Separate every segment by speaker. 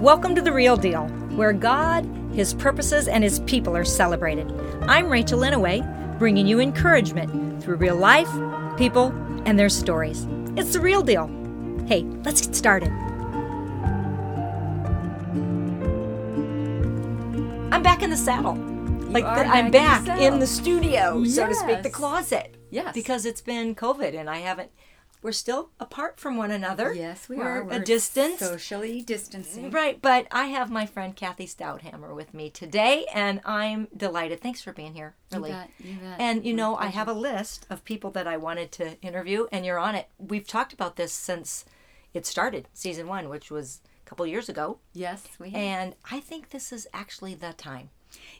Speaker 1: Welcome to The Real Deal, where God, His purposes, and His people are celebrated. I'm Rachel Inouye, bringing you encouragement through real life, people, and their stories. It's The Real Deal. Hey, let's get started. I'm back in the saddle. like
Speaker 2: are
Speaker 1: the- I'm
Speaker 2: back in
Speaker 1: back
Speaker 2: the
Speaker 1: in the studio, so to speak, the
Speaker 2: Yes.
Speaker 1: closet.
Speaker 2: Yes.
Speaker 1: Because it's been COVID and I haven't we're still apart from one another.
Speaker 2: Yes, we
Speaker 1: We're
Speaker 2: are.
Speaker 1: a distance.
Speaker 2: Socially distancing.
Speaker 1: Right, but I have my friend Kathy Stouthammer with me today, and I'm delighted. Thanks for being here, really.
Speaker 2: bet, you bet.
Speaker 1: And you know, I have a list of people that I wanted to interview, and you're on it. We've talked about this since it started, season one, which was a couple years ago,
Speaker 2: Yes, we have.
Speaker 1: and I think this is actually the time.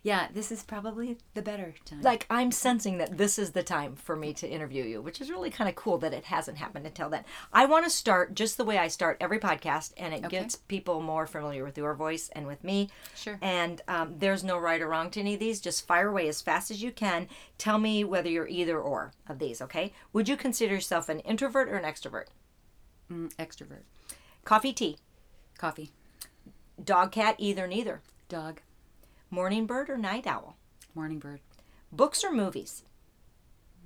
Speaker 2: Yeah, this is probably the better time.
Speaker 1: Like, I'm sensing that this is the time for me to interview you, which is really kind of cool that it hasn't happened until then. I want to start just the way I start every podcast, and it gets people more familiar with your voice and with me.
Speaker 2: Sure.
Speaker 1: And um, there's no right or wrong to any of these. Just fire away as fast as you can. Tell me whether you're either or of these, okay? Would you consider yourself an introvert or an extrovert?
Speaker 2: Mm, extrovert.
Speaker 1: Coffee, tea,
Speaker 2: Coffee.
Speaker 1: dog, cat, either, neither.
Speaker 2: Dog.
Speaker 1: Morning bird or night owl?
Speaker 2: Morning bird.
Speaker 1: Books or movies?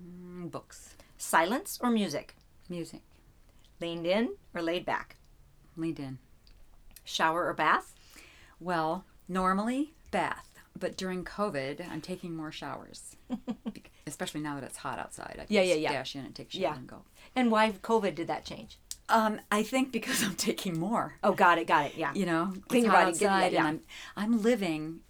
Speaker 2: Mm, books.
Speaker 1: Silence or music?
Speaker 2: Music.
Speaker 1: Leaned in or laid back?
Speaker 2: Leaned in.
Speaker 1: Shower or bath?
Speaker 2: Well, normally bath, but during COVID, I'm taking more showers. Bec- Especially now that it's hot outside. I
Speaker 1: Yeah,
Speaker 2: just
Speaker 1: yeah, yeah.
Speaker 2: dash in and take a shower
Speaker 1: Yeah.
Speaker 2: and go.
Speaker 1: And why COVID did that change?
Speaker 2: Um, I think because I'm taking more.
Speaker 1: Oh, got it, got it. Yeah.
Speaker 2: you know,
Speaker 1: Clean
Speaker 2: it's
Speaker 1: your
Speaker 2: hot
Speaker 1: body, get- yeah,
Speaker 2: outside,
Speaker 1: yeah.
Speaker 2: and I'm I'm living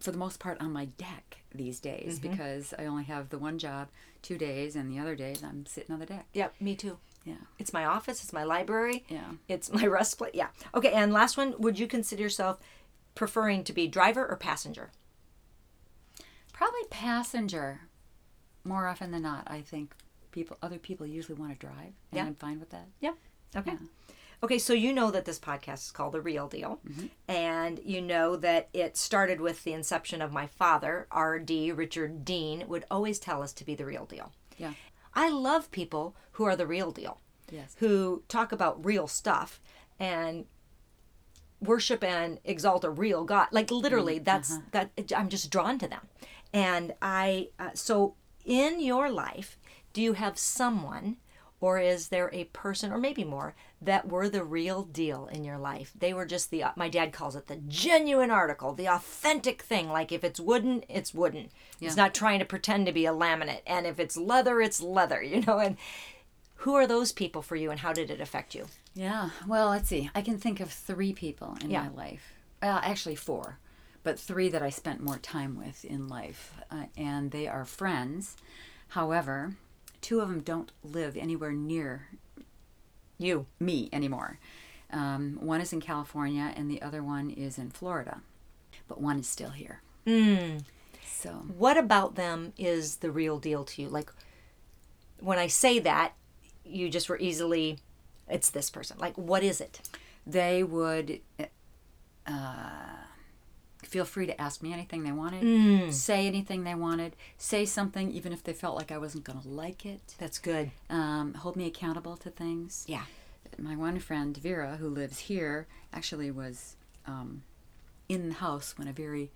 Speaker 2: for the most part on my deck these days
Speaker 1: Mm-hmm.
Speaker 2: because I only have the one job two days, and the other days I'm sitting on the deck.
Speaker 1: Yep, me too.
Speaker 2: Yeah,
Speaker 1: It's my office, it's my library,
Speaker 2: yeah.
Speaker 1: it's my rest place. Yeah. Okay, and last one, would you consider yourself preferring to be driver or passenger?
Speaker 2: Probably passenger more often than not. I think people, other people, usually want to drive, and
Speaker 1: Yeah.
Speaker 2: I'm fine with that.
Speaker 1: Yeah. Okay. Okay, so you know that this podcast is called The Real Deal,
Speaker 2: Mm-hmm.
Speaker 1: and you know that it started with the inception of my father, R.D. Richard Dean, would always tell us to be the real deal.
Speaker 2: Yeah.
Speaker 1: I love people who are the real deal.
Speaker 2: Yes.
Speaker 1: who talk about real stuff and worship and exalt a real god like literally that's that i'm just drawn to them and i uh, so in your life do you have someone or is there a person or maybe more that were the real deal in your life they were just the uh, my dad calls it the genuine article the authentic thing like if it's wooden it's wooden it's not trying to pretend to be a laminate and if it's leather it's leather you know and who are those people for you and how did it affect you?
Speaker 2: Yeah. Well, let's see. I can think of three people in
Speaker 1: Yeah.
Speaker 2: my life. Well, actually four, but three that I spent more time with in life, uh, and they are friends. However, two of them don't live anywhere near
Speaker 1: You.
Speaker 2: me anymore. Um, one is in California, and the other one is in Florida, but one is still here. So
Speaker 1: What about them is the real deal to you? Like when I say that, you just were easily it's this person. Like what is it?
Speaker 2: they would uh, feel free to ask me anything they wanted,
Speaker 1: Mm.
Speaker 2: say anything they wanted, say something even if they felt like I wasn't going to like it,
Speaker 1: That's good.
Speaker 2: um, hold me accountable to things.
Speaker 1: Yeah.
Speaker 2: My one friend, Vera, who lives here, actually was um, in the house when a very,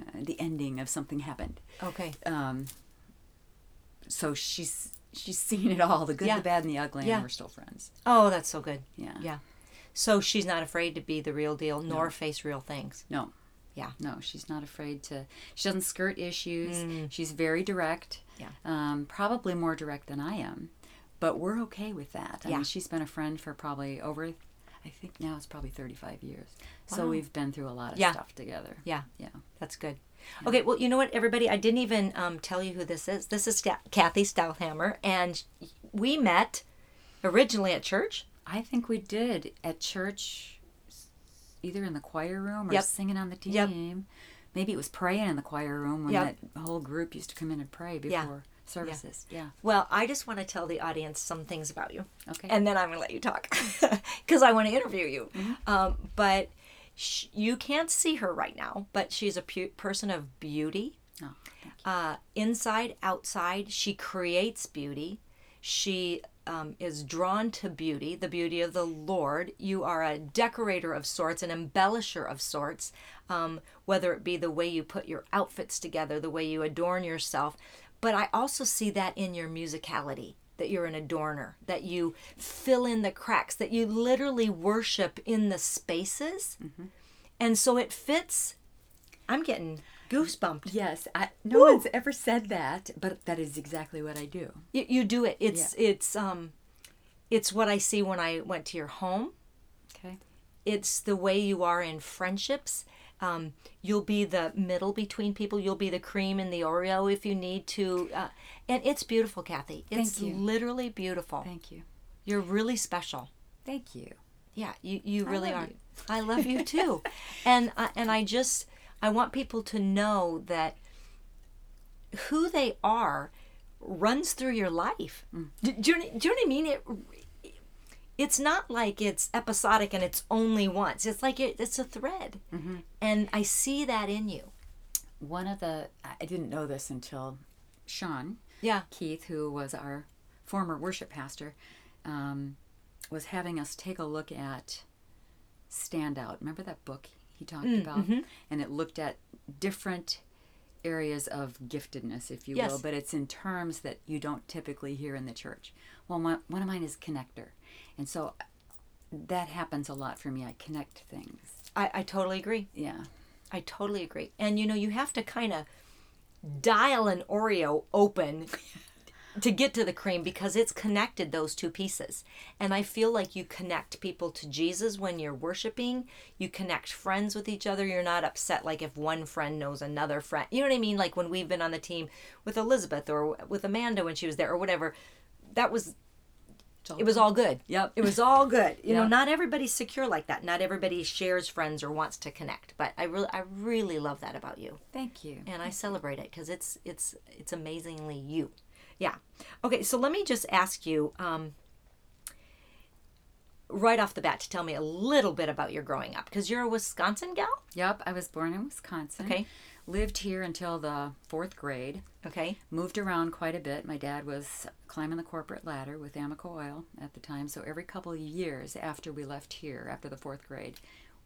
Speaker 2: uh, the ending of something happened.
Speaker 1: Okay.
Speaker 2: Um, so she's she's seen it all the good
Speaker 1: Yeah.
Speaker 2: the bad and the ugly
Speaker 1: Yeah.
Speaker 2: and we're still friends
Speaker 1: Oh, that's so good.
Speaker 2: yeah
Speaker 1: Yeah. So she's not afraid to be the real deal nor face real things.
Speaker 2: no
Speaker 1: Yeah.
Speaker 2: No, she's not afraid to. She doesn't skirt issues. She's very direct.
Speaker 1: Mm. Yeah.
Speaker 2: Um, probably more direct than I am, but we're okay with that. I
Speaker 1: Yeah.
Speaker 2: mean, she's been a friend for probably over, I think now it's probably 35 years. So we've been through a lot of
Speaker 1: Yeah.
Speaker 2: stuff together.
Speaker 1: Yeah.
Speaker 2: Yeah.
Speaker 1: That's good. Okay, well, you know what, everybody? I didn't even um, tell you who this is. This is Ca- Kathy Stouthammer, and we met originally at church.
Speaker 2: I think we did at church, s- either in the choir room or
Speaker 1: Yep.
Speaker 2: singing on the team.
Speaker 1: Yep.
Speaker 2: Maybe it was praying in the choir room when
Speaker 1: Yep.
Speaker 2: that whole group used to come in and pray before services. Yeah.
Speaker 1: Well, I just want to tell the audience some things about you.
Speaker 2: Okay.
Speaker 1: And then I'm going to let you talk because I want to interview you. Um, but sh- you can't see her right now, but she's a pu- person of beauty.
Speaker 2: Oh, thank you.
Speaker 1: Uh, inside, outside, she creates beauty. She um, is drawn to beauty, the beauty of the Lord. You are a decorator of sorts, an embellisher of sorts, um, whether it be the way you put your outfits together, the way you adorn yourself. But I also see that in your musicality, that you're an adorner, that you fill in the cracks, that you literally worship in the spaces.
Speaker 2: Mm-hmm.
Speaker 1: And so it fits. I'm getting goosebumped.
Speaker 2: Yes, I, no one's ever said that, but that is exactly what I do.
Speaker 1: you, you do it it's it's um it's what i see when i went to your home
Speaker 2: Okay.
Speaker 1: it's the way you are in friendships um, you'll be the middle between people you'll be the cream in the oreo if you need to uh, and it's beautiful kathy it's
Speaker 2: Thank you.
Speaker 1: literally beautiful
Speaker 2: Thank you.
Speaker 1: you're really special
Speaker 2: Thank you.
Speaker 1: yeah, you, you really
Speaker 2: love
Speaker 1: are.
Speaker 2: you.
Speaker 1: I love you too. and I, and I just I want people to know that who they are runs through your life. Do, do, you, do you know what I mean? It it's not like it's episodic and it's only once. It's like it, it's a thread. And I see that in you.
Speaker 2: One of the I I didn't know this until Sean
Speaker 1: Yeah.
Speaker 2: Keith, who was our former worship pastor, um, was having us take a look at Standout. Remember that book he talked
Speaker 1: Mm,
Speaker 2: about?
Speaker 1: mm-hmm.
Speaker 2: And it looked at different areas of giftedness, if you will,
Speaker 1: Yes.
Speaker 2: but it's in terms that you don't typically hear in the church. Well, my, one of mine is connector. And so that happens a lot for me. I connect things.
Speaker 1: I, I totally agree.
Speaker 2: Yeah.
Speaker 1: I totally agree. And you know, you have to kind of dial an Oreo open to get to the cream because it's connected those two pieces. And I feel like you connect people to Jesus when you're worshiping, you connect friends with each other. You're not upset like if one friend knows another friend. You know what I mean? Like when we've been on the team with Elizabeth or with Amanda when she was there or whatever, that was
Speaker 2: all
Speaker 1: it was all good.
Speaker 2: Yep.
Speaker 1: It was all good. You know,
Speaker 2: Yep.
Speaker 1: not everybody's secure like that. Not everybody shares friends or wants to connect. But I really, I really love that about you,
Speaker 2: Thank you.
Speaker 1: and I celebrate it because it's, it's, it's amazingly you. Yeah. Okay. So let me just ask you, um, right off the bat, to tell me a little bit about your growing up because you're a Wisconsin gal.
Speaker 2: Yep, I was born in Wisconsin.
Speaker 1: Okay.
Speaker 2: Lived here until the fourth grade.
Speaker 1: Okay.
Speaker 2: Moved around quite a bit. My dad was climbing the corporate ladder with Amoco Oil at the time, so every couple of years after we left here, after the fourth grade,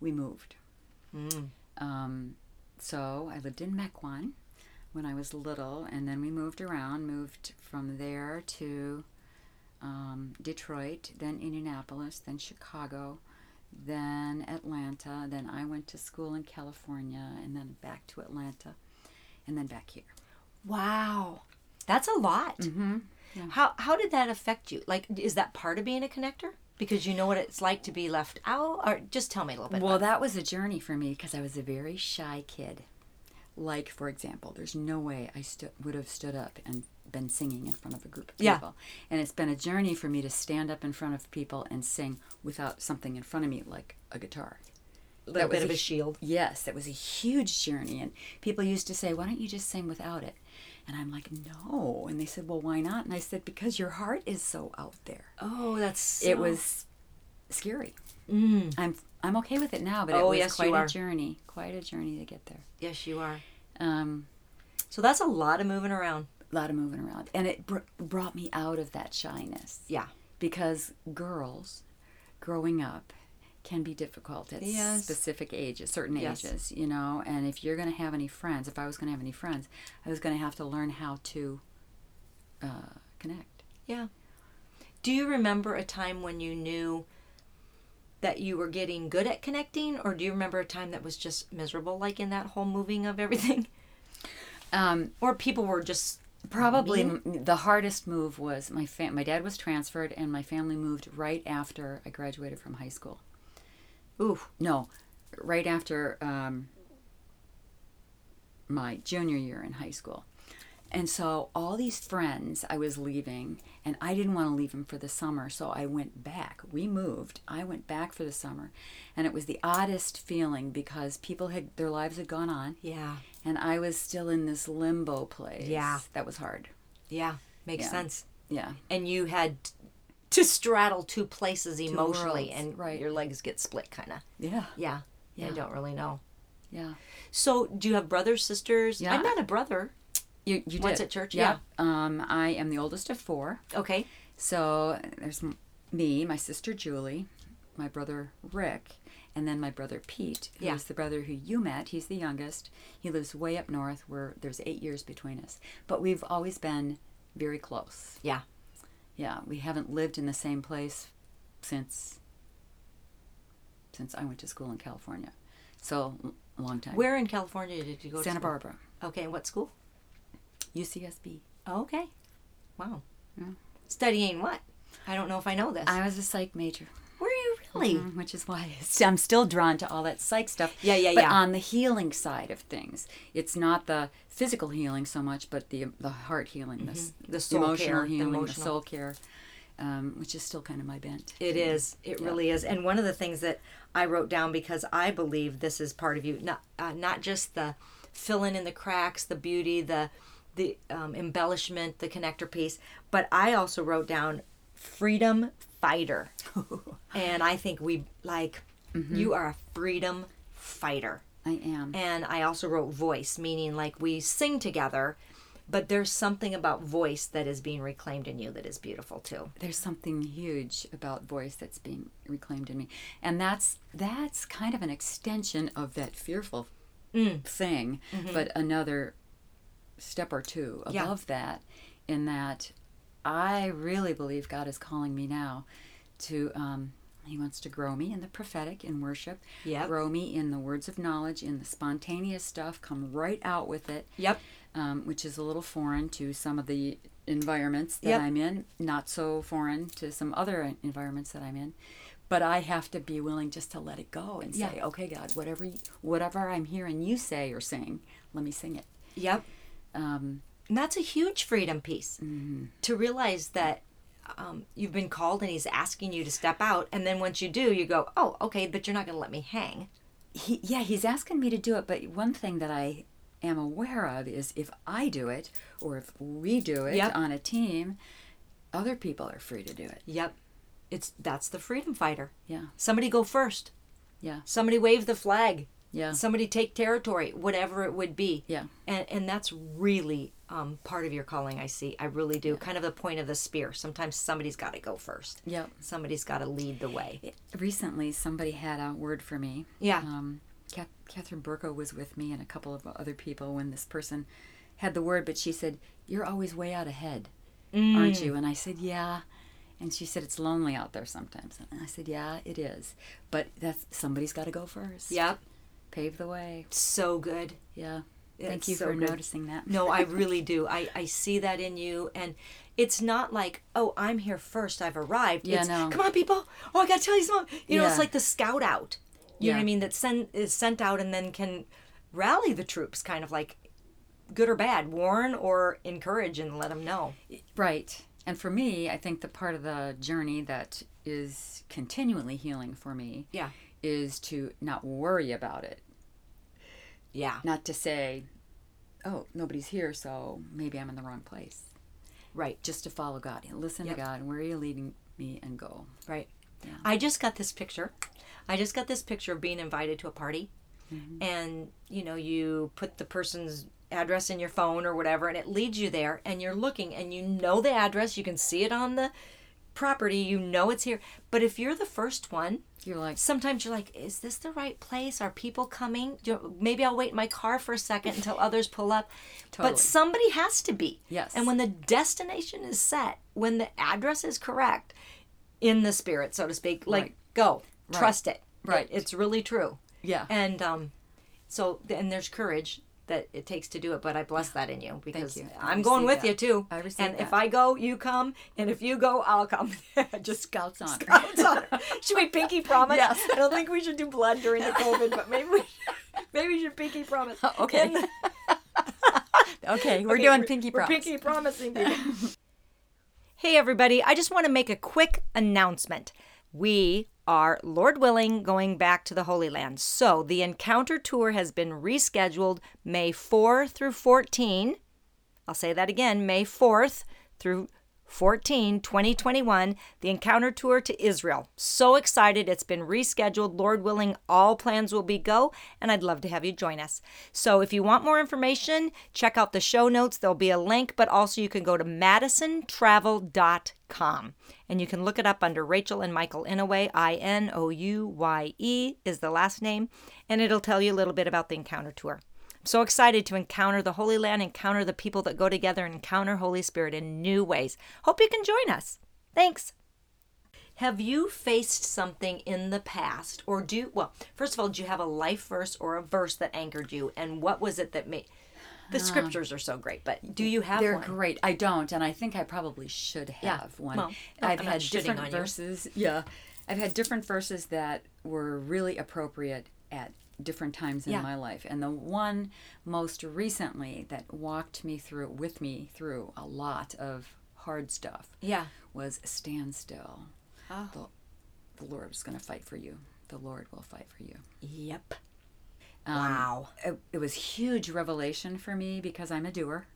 Speaker 2: we moved. Um, so I lived in Mequon when I was little, and then we moved around, moved from there to um, Detroit, then Indianapolis, then Chicago, then Atlanta, then I went to school in California, and then back to Atlanta, and then back here.
Speaker 1: Wow. That's a lot. Mm-hmm. How how did that affect you? Like, is that part of being a connector? Because you know what it's like to be left out, or just tell me a little bit.
Speaker 2: Well, that was a journey for me because I was a very shy kid. Like, for example, there's no way I stu- would have stood up and been singing in front of a group of
Speaker 1: Yeah.
Speaker 2: people. And it's been a journey for me to stand up in front of people and sing without something in front of me, like a guitar.
Speaker 1: little
Speaker 2: was
Speaker 1: bit of
Speaker 2: a
Speaker 1: a shield.
Speaker 2: Yes, that was a huge journey. And people used to say, Why don't you just sing without it? And I'm like, No. And they said, Well, why not? And I said, Because your heart is so out there.
Speaker 1: Oh, that's so...
Speaker 2: it was scary. Mm. I'm I'm okay with it now, but it
Speaker 1: Oh,
Speaker 2: was
Speaker 1: yes, you
Speaker 2: quite
Speaker 1: are.
Speaker 2: a journey, quite a journey to get there.
Speaker 1: Yes, you are.
Speaker 2: Um,
Speaker 1: So that's a lot of moving around.
Speaker 2: a lot of moving around, and it br- brought me out of that shyness.
Speaker 1: Yeah.
Speaker 2: because girls growing up can be difficult at
Speaker 1: Yes.
Speaker 2: specific ages, certain
Speaker 1: Yes.
Speaker 2: ages, you know. And if you're going to have any friends, if I was going to have any friends, I was going to have to learn how to uh, connect.
Speaker 1: Yeah. Do you remember a time when you knew that you were getting good at connecting, or do you remember a time that was just miserable, like in that whole moving of everything,
Speaker 2: Um,
Speaker 1: or people were just
Speaker 2: Probably
Speaker 1: mean?
Speaker 2: m- the hardest move was my fam- my dad was transferred and my family moved right after I graduated from high school.
Speaker 1: ooh
Speaker 2: No, right after um, my junior year in high school. And so all these friends I was leaving and I didn't want to leave them for the summer, so I went back. We moved. I went back for the summer. And it was the oddest feeling because people had their lives had gone on
Speaker 1: yeah
Speaker 2: and I was still in this limbo place.
Speaker 1: Yeah.
Speaker 2: That was hard.
Speaker 1: yeah makes
Speaker 2: Yeah.
Speaker 1: sense.
Speaker 2: Yeah.
Speaker 1: And you had to straddle two places emotionally,
Speaker 2: worlds,
Speaker 1: and
Speaker 2: right.
Speaker 1: your legs get split, kind of.
Speaker 2: Yeah.
Speaker 1: Yeah. I
Speaker 2: Yeah.
Speaker 1: don't really know.
Speaker 2: Yeah.
Speaker 1: So, do you have brothers, sisters?
Speaker 2: Yeah.
Speaker 1: I met a brother.
Speaker 2: You, you
Speaker 1: Once
Speaker 2: did.
Speaker 1: at church,
Speaker 2: Yep. Um, I am the oldest of four,
Speaker 1: Okay.
Speaker 2: So there's m- me, my sister Julie, my brother Rick, and then my brother Pete, who's
Speaker 1: Yeah.
Speaker 2: the brother who you met. He's the youngest. He lives way up north where there's eight years between us. But we've always been very close.
Speaker 1: Yeah.
Speaker 2: Yeah, we haven't lived in the same place since since I went to school in California. So l- a long time.
Speaker 1: Where in California did you go to
Speaker 2: Santa
Speaker 1: school?
Speaker 2: Barbara,
Speaker 1: Okay, and what school?
Speaker 2: UCSB.
Speaker 1: Okay. Wow.
Speaker 2: Yeah.
Speaker 1: Studying what? I don't know if I know this.
Speaker 2: I was a psych major.
Speaker 1: Were you really?
Speaker 2: Mm, which is why it's- I'm still drawn to all that psych stuff.
Speaker 1: Yeah, yeah,
Speaker 2: but
Speaker 1: yeah.
Speaker 2: on the healing side of things, it's not the physical healing so much, but the the heart healing, this
Speaker 1: The soul
Speaker 2: Mm-hmm. emotional
Speaker 1: care, the
Speaker 2: healing, the
Speaker 1: emotional-
Speaker 2: soul care, um, which is still kind of my bent.
Speaker 1: It is. It really is. And one of the things that I wrote down because I believe this is part of you, not uh, not just the filling in the cracks, the beauty, the the um, embellishment, the connector piece, but I also wrote down freedom fighter, and I think we like
Speaker 2: Mm-hmm.
Speaker 1: you are a freedom fighter.
Speaker 2: I am.
Speaker 1: And I also wrote voice, meaning like we sing together, but there's something about voice that is being reclaimed in you that is beautiful too.
Speaker 2: there's something huge about voice that's being reclaimed in me and that's that's kind of an extension of that fearful
Speaker 1: Mm.
Speaker 2: thing but another step or two
Speaker 1: Mm-hmm. Yeah.
Speaker 2: above that in that i really believe god is calling me now to um he wants to grow me in the prophetic in worship
Speaker 1: Yep.
Speaker 2: grow me in the words of knowledge in the spontaneous stuff come right out with it
Speaker 1: Yep.
Speaker 2: um, which is a little foreign to some of the environments that
Speaker 1: Yep.
Speaker 2: I'm in, not so foreign to some other environments that I'm in. But I have to be willing just to let it go and say,
Speaker 1: Yeah.
Speaker 2: okay, God, whatever you, whatever I'm hearing you say or sing, let me sing it.
Speaker 1: Yep.
Speaker 2: Um, mm-hmm.
Speaker 1: And that's a huge freedom piece to realize that um, you've been called and he's asking you to step out. And then once you do, you go, oh, okay, but you're not going to let me hang.
Speaker 2: he, yeah, he's asking me to do it. But one thing that I am aware of is if I do it or if we do it
Speaker 1: Yep.
Speaker 2: on a team, other people are free to do it.
Speaker 1: Yep. It's that's the freedom fighter.
Speaker 2: Yeah,
Speaker 1: Somebody go first.
Speaker 2: yeah,
Speaker 1: Somebody wave the flag.
Speaker 2: yeah.
Speaker 1: Somebody take territory, whatever it would be.
Speaker 2: Yeah.
Speaker 1: And and that's really um, part of your calling. I see. I really do. Kind of the point of the spear. Sometimes somebody's got to go first.
Speaker 2: Yep.
Speaker 1: Somebody's got to lead the way.
Speaker 2: recently somebody had a word for me.
Speaker 1: Yeah.
Speaker 2: Um, Kath- Catherine Burko was with me and a couple of other people when this person had the word, but she said, "You're always way out ahead,
Speaker 1: Mm.
Speaker 2: aren't you?" And I said, "Yeah." And she said, "It's lonely out there sometimes." And I said, "Yeah, it is, but that's somebody's got to go first.
Speaker 1: Yep.
Speaker 2: Pave the way.
Speaker 1: So good.
Speaker 2: Yeah. Thank
Speaker 1: It's
Speaker 2: you
Speaker 1: so
Speaker 2: for
Speaker 1: good.
Speaker 2: noticing that.
Speaker 1: No, I really do. I, I see that in you. And it's not like, oh, I'm here first. I've arrived.
Speaker 2: Yeah,
Speaker 1: it's,
Speaker 2: no.
Speaker 1: Come on, people. Oh, I got to tell you something. You know,
Speaker 2: Yeah.
Speaker 1: it's like the scout out. You know what
Speaker 2: Yeah.
Speaker 1: I mean? That send, is sent out and then can rally the troops, kind of like good or bad, warn or encourage and let them know.
Speaker 2: Right. And for me, I think the part of the journey that is continually healing for me
Speaker 1: Yeah.
Speaker 2: is to not worry about it.
Speaker 1: Yeah.
Speaker 2: not to say, oh, nobody's here, so maybe I'm in the wrong place.
Speaker 1: Right.
Speaker 2: Just to follow God, and listen
Speaker 1: Yep.
Speaker 2: to God, and where are you leading me, and go.
Speaker 1: Right. I just got this picture. I just got this picture of being invited to a party. And, you know, you put the person's address in your phone or whatever, and it leads you there, and you're looking, and you know the address. You can see it on the property. You know it's here. But if you're the first one,
Speaker 2: You're like,
Speaker 1: sometimes you're like, is this the right place? Are people coming? Do maybe I'll wait in my car for a second until others pull up.
Speaker 2: Totally.
Speaker 1: But somebody has to be.
Speaker 2: Yes.
Speaker 1: And when the destination is set, when the address is correct, in the spirit, so to speak, like
Speaker 2: Right.
Speaker 1: go, trust it.
Speaker 2: Right.
Speaker 1: It- it's really true.
Speaker 2: yeah,
Speaker 1: And um, so and there's courage that it takes to do it. But I bless that in you because
Speaker 2: you. I
Speaker 1: I'm going with
Speaker 2: receive
Speaker 1: you too.
Speaker 2: I receive
Speaker 1: And if
Speaker 2: that.
Speaker 1: I go, you come, and if you go, I'll come. Just
Speaker 2: scouts on.
Speaker 1: Bounce on her. Should we pinky promise?
Speaker 2: Yes.
Speaker 1: I don't think we should do blood during the COVID, but maybe we maybe we should pinky promise.
Speaker 2: okay.
Speaker 1: In the-
Speaker 2: okay, we're
Speaker 1: Okay,
Speaker 2: doing pinky props.
Speaker 1: We're pinky promising people. hey everybody, I just want to make a quick announcement. We are, Lord willing, going back to the Holy Land. So the Encounter Tour has been rescheduled May 4 through 14. I'll say that again May 4th through 14, 2021, the Encounter Tour to Israel. So excited. It's been rescheduled. Lord willing, all plans will be go, and I'd love to have you join us. So if you want more information, check out the show notes. There'll be a link, but also you can go to madisontravel.com and you can look it up under Rachel and Michael Inouye. I N O U Y E is the last name, and it'll tell you a little bit about the Encounter Tour so excited to encounter the Holy Land, encounter the people that go together, and encounter Holy Spirit in new ways. Hope you can join us. Thanks. Have you faced something in the past, or do well? First of all, do you have a life verse or a verse that anchored you, and what was it that made? The scriptures are so great, but do you have
Speaker 2: Um, They're
Speaker 1: one?
Speaker 2: great. I don't, and I think I probably should have one.
Speaker 1: Well, no,
Speaker 2: I've
Speaker 1: I'm not
Speaker 2: had
Speaker 1: shitting
Speaker 2: different
Speaker 1: on you.
Speaker 2: verses. Yeah, I've had different verses that were really appropriate at different times in
Speaker 1: Yeah.
Speaker 2: my life, and the one most recently that walked me through with me through a lot of hard stuff
Speaker 1: Yeah.
Speaker 2: was "Stand still."
Speaker 1: Oh.
Speaker 2: The Lord is going to fight for you. The Lord will fight for you.
Speaker 1: Yep.
Speaker 2: Um,
Speaker 1: Wow.
Speaker 2: it, it was huge revelation for me because I'm a doer.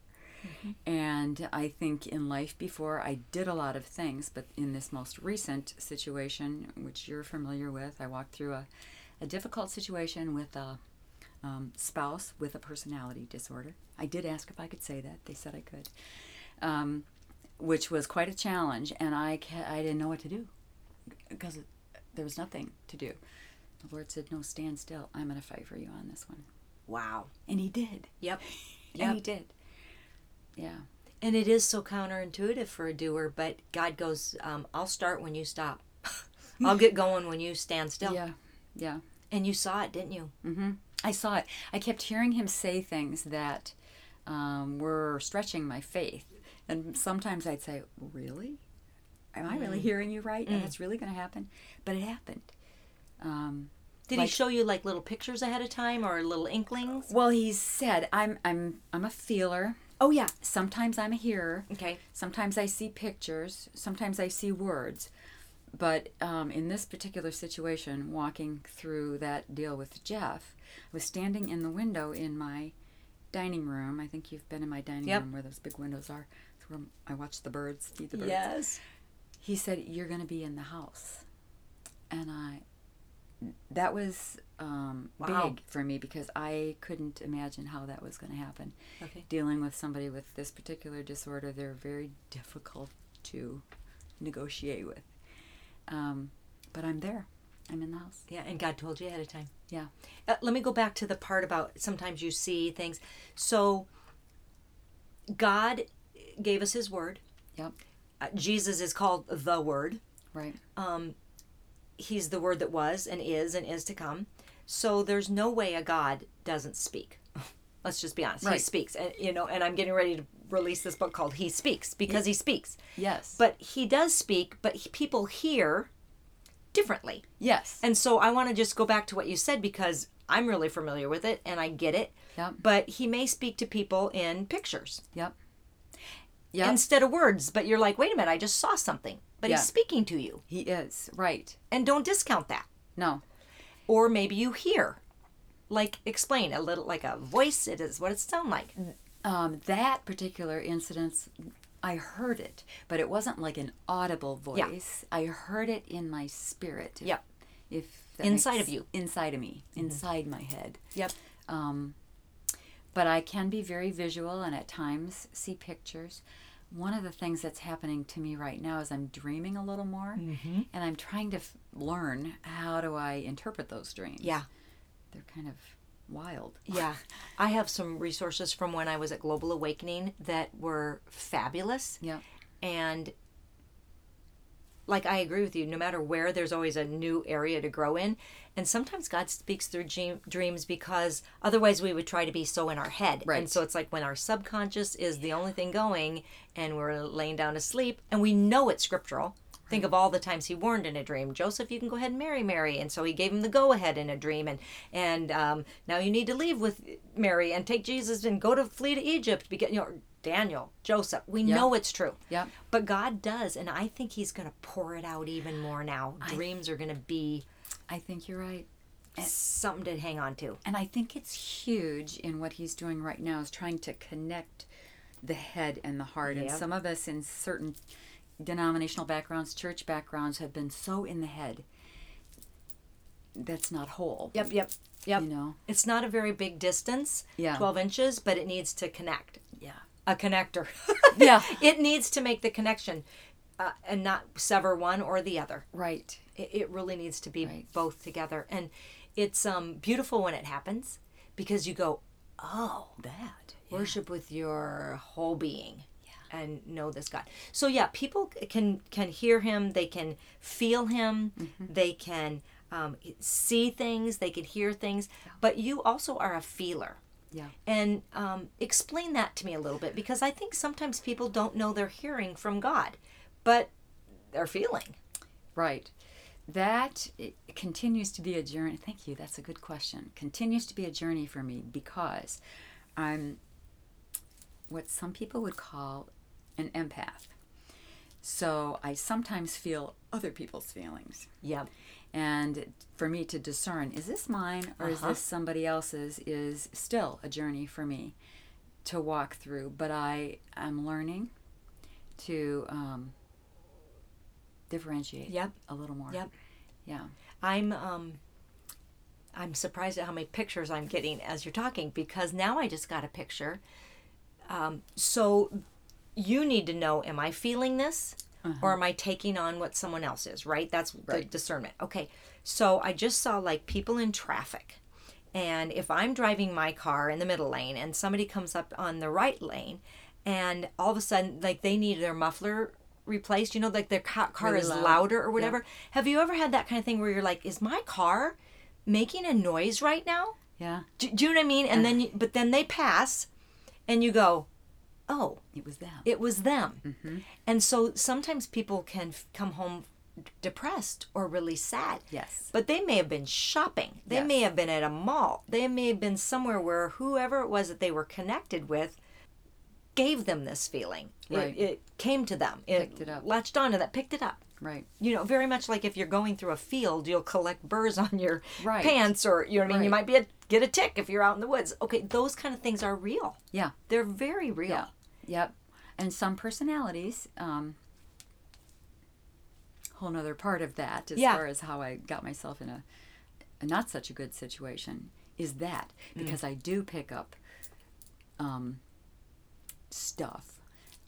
Speaker 2: And I think in life before I did a lot of things, but in this most recent situation, which you're familiar with, I walked through a, a difficult situation with a um, spouse with a personality disorder. I did ask if I could say that. They said I could, um, which was quite a challenge, and I ca- I didn't know what to do because there was nothing to do. The Lord said, "No, stand still. I'm going to fight for you on this one."
Speaker 1: Wow.
Speaker 2: And he did.
Speaker 1: Yep.
Speaker 2: And
Speaker 1: Yep.
Speaker 2: he did. Yeah.
Speaker 1: And it is so counterintuitive for a doer, but God goes, um, "I'll start when you stop. I'll get going when you stand still."
Speaker 2: Yeah. Yeah.
Speaker 1: And you saw it, didn't you?
Speaker 2: hmm I saw it. I kept hearing him say things that um, were stretching my faith. And sometimes I'd say, Really? Am I really hearing you right? And that's really going to happen? But it happened. Um,
Speaker 1: Did
Speaker 2: Like-
Speaker 1: he show you like little pictures ahead of time or little inklings?
Speaker 2: well, he said, I'm, I'm, I'm a feeler.
Speaker 1: Oh yeah.
Speaker 2: Sometimes I'm a hearer.
Speaker 1: Okay.
Speaker 2: Sometimes I see pictures, sometimes I see words. But um, in this particular situation, walking through that deal with Jeff, I was standing in the window in my dining room. I think you've been in my dining
Speaker 1: Yep.
Speaker 2: room where those big windows are. It's where I watch the birds, feed the birds.
Speaker 1: Yes.
Speaker 2: He said, You're going to be in the house. And I, that was um,
Speaker 1: Wow.
Speaker 2: big for me because I couldn't imagine how that was going to happen
Speaker 1: Okay.
Speaker 2: dealing with somebody with this particular disorder, they're very difficult to negotiate with. Um, but I'm there. I'm in the house.
Speaker 1: Yeah, and God told you ahead of time.
Speaker 2: Yeah.
Speaker 1: Uh, let me go back to the part about sometimes you see things. So God gave us His Word.
Speaker 2: Yep.
Speaker 1: Uh, Jesus is called the Word.
Speaker 2: Right.
Speaker 1: He's the Word that was and is and is to come. So there's no way a God doesn't speak. Let's just be honest. He
Speaker 2: Right.
Speaker 1: speaks, and you know. And I'm getting ready to release this book called "He Speaks" because He speaks.
Speaker 2: Yes.
Speaker 1: but he does speak but he, people hear differently
Speaker 2: yes.
Speaker 1: and so i want to just go back to what you said because i'm really familiar with it and i get it
Speaker 2: Yep.
Speaker 1: but he may speak to people in pictures
Speaker 2: Yep. Yep.
Speaker 1: instead of words but you're like wait a minute i just saw something but
Speaker 2: Yeah.
Speaker 1: he's speaking to you
Speaker 2: he is. Right.
Speaker 1: and don't discount that
Speaker 2: No.
Speaker 1: or maybe you hear like explain a little like a voice it is what it sound like
Speaker 2: Um, that particular incident, I heard it, but it wasn't like an audible
Speaker 1: Yeah.
Speaker 2: voice. I heard it in my spirit.
Speaker 1: Yep.
Speaker 2: If that
Speaker 1: Inside of you. Mm-hmm.
Speaker 2: Inside of me. Inside my head.
Speaker 1: yep
Speaker 2: Um, but I can be very visual and at times see pictures. One of the things that's happening to me right now is I'm dreaming a little more
Speaker 1: Mm-hmm.
Speaker 2: and I'm trying to f- learn how do I interpret those dreams.
Speaker 1: yeah
Speaker 2: They're kind of wild.
Speaker 1: Yeah. I have some resources from when I was at Global Awakening that were fabulous.
Speaker 2: Yeah.
Speaker 1: And like I agree with you, no matter where there's always a new area to grow in. And sometimes God speaks through dream, dreams because otherwise we would try to be so in our head.
Speaker 2: Right.
Speaker 1: And so it's like when our subconscious is the only thing going and we're laying down to sleep and we know it's scriptural. Think of all the times he warned in a dream, Joseph, you can go ahead and marry Mary, and so he gave him the go ahead in a dream, and and um, now you need to leave with Mary and take Jesus and go to flee to Egypt because you know Daniel, Joseph, we know it's true.
Speaker 2: Yep.
Speaker 1: But God does, and I think He's going to pour it out even more now. Dreams are going to be
Speaker 2: I think you're right. Eh.
Speaker 1: something to hang on to.
Speaker 2: And I think it's huge in what he's doing right now is trying to connect the head and the heart. And
Speaker 1: Yeah.
Speaker 2: some of us in certain denominational backgrounds, church backgrounds have been so in the head. That's not whole.
Speaker 1: Yep, yep, yep.
Speaker 2: You know.
Speaker 1: It's not a very big distance,
Speaker 2: Yeah.
Speaker 1: 12 inches, but it needs to connect.
Speaker 2: Yeah.
Speaker 1: A connector.
Speaker 2: Yeah.
Speaker 1: it needs to make the connection uh, and not sever one or the other.
Speaker 2: Right.
Speaker 1: It, it really needs to be
Speaker 2: Right.
Speaker 1: both together. And it's um, beautiful when it happens because you go, oh,
Speaker 2: That.
Speaker 1: worship with your whole being and know this god so yeah people c- can can hear him they can feel him
Speaker 2: Mm-hmm.
Speaker 1: they can um, see things they can hear things but you also are a feeler
Speaker 2: Yeah.
Speaker 1: and um, explain that to me a little bit because i think sometimes people don't know they're hearing from god but they're feeling
Speaker 2: Right. That it continues to be a journey. Thank you. That's a good question. Continues to be a journey for me because I'm what some people would call an empath. So I sometimes feel other people's feelings.
Speaker 1: yeah
Speaker 2: And for me to discern, is this mine or is
Speaker 1: Uh-huh.
Speaker 2: this somebody else's, is still a journey for me to walk through. But I am learning to um, differentiate
Speaker 1: Yep.
Speaker 2: a little more.
Speaker 1: Yep.
Speaker 2: Yeah.
Speaker 1: I'm um I'm surprised at how many pictures I'm getting as you're talking because now I just got a picture. Um, so you need to know am I feeling this
Speaker 2: Uh-huh.
Speaker 1: or am I taking on what someone else is, right? That's the discernment. Okay. So I just saw like people in traffic. And if I'm driving my car in the middle lane and somebody comes up on the right lane and all of a sudden like they need their muffler replaced, you know, like their ca- car
Speaker 2: Really
Speaker 1: is
Speaker 2: loud.
Speaker 1: louder or whatever. Have you ever had that kind of thing where you're like, is my car making a noise right now?
Speaker 2: Yeah.
Speaker 1: Do, do you know what I mean? And
Speaker 2: Uh-huh.
Speaker 1: then, you, but then they pass, and you go, oh,
Speaker 2: It was them.
Speaker 1: it was them.
Speaker 2: Mm-hmm.
Speaker 1: And so sometimes people can f- come home d- depressed or really sad.
Speaker 2: Yes.
Speaker 1: But they may have been shopping. They
Speaker 2: Yes.
Speaker 1: may have been at a mall. They may have been somewhere where whoever it was that they were connected with gave them this feeling. It-
Speaker 2: Right.
Speaker 1: It, came to them. It
Speaker 2: Picked it up.
Speaker 1: Latched onto that. Picked it up
Speaker 2: right.
Speaker 1: you know, very much like if you're going through a field, you'll collect burrs on your
Speaker 2: Right.
Speaker 1: pants, or you know what I mean. You
Speaker 2: Right.
Speaker 1: might be a, get a tick if you're out in the woods. Okay, those kind of things are real.
Speaker 2: Yeah.
Speaker 1: They're very real.
Speaker 2: Yeah. Yep. And some personalities, um, whole nother part of that as
Speaker 1: Yeah.
Speaker 2: far as how I got myself in a, a not such a good situation is that because I do pick up um, stuff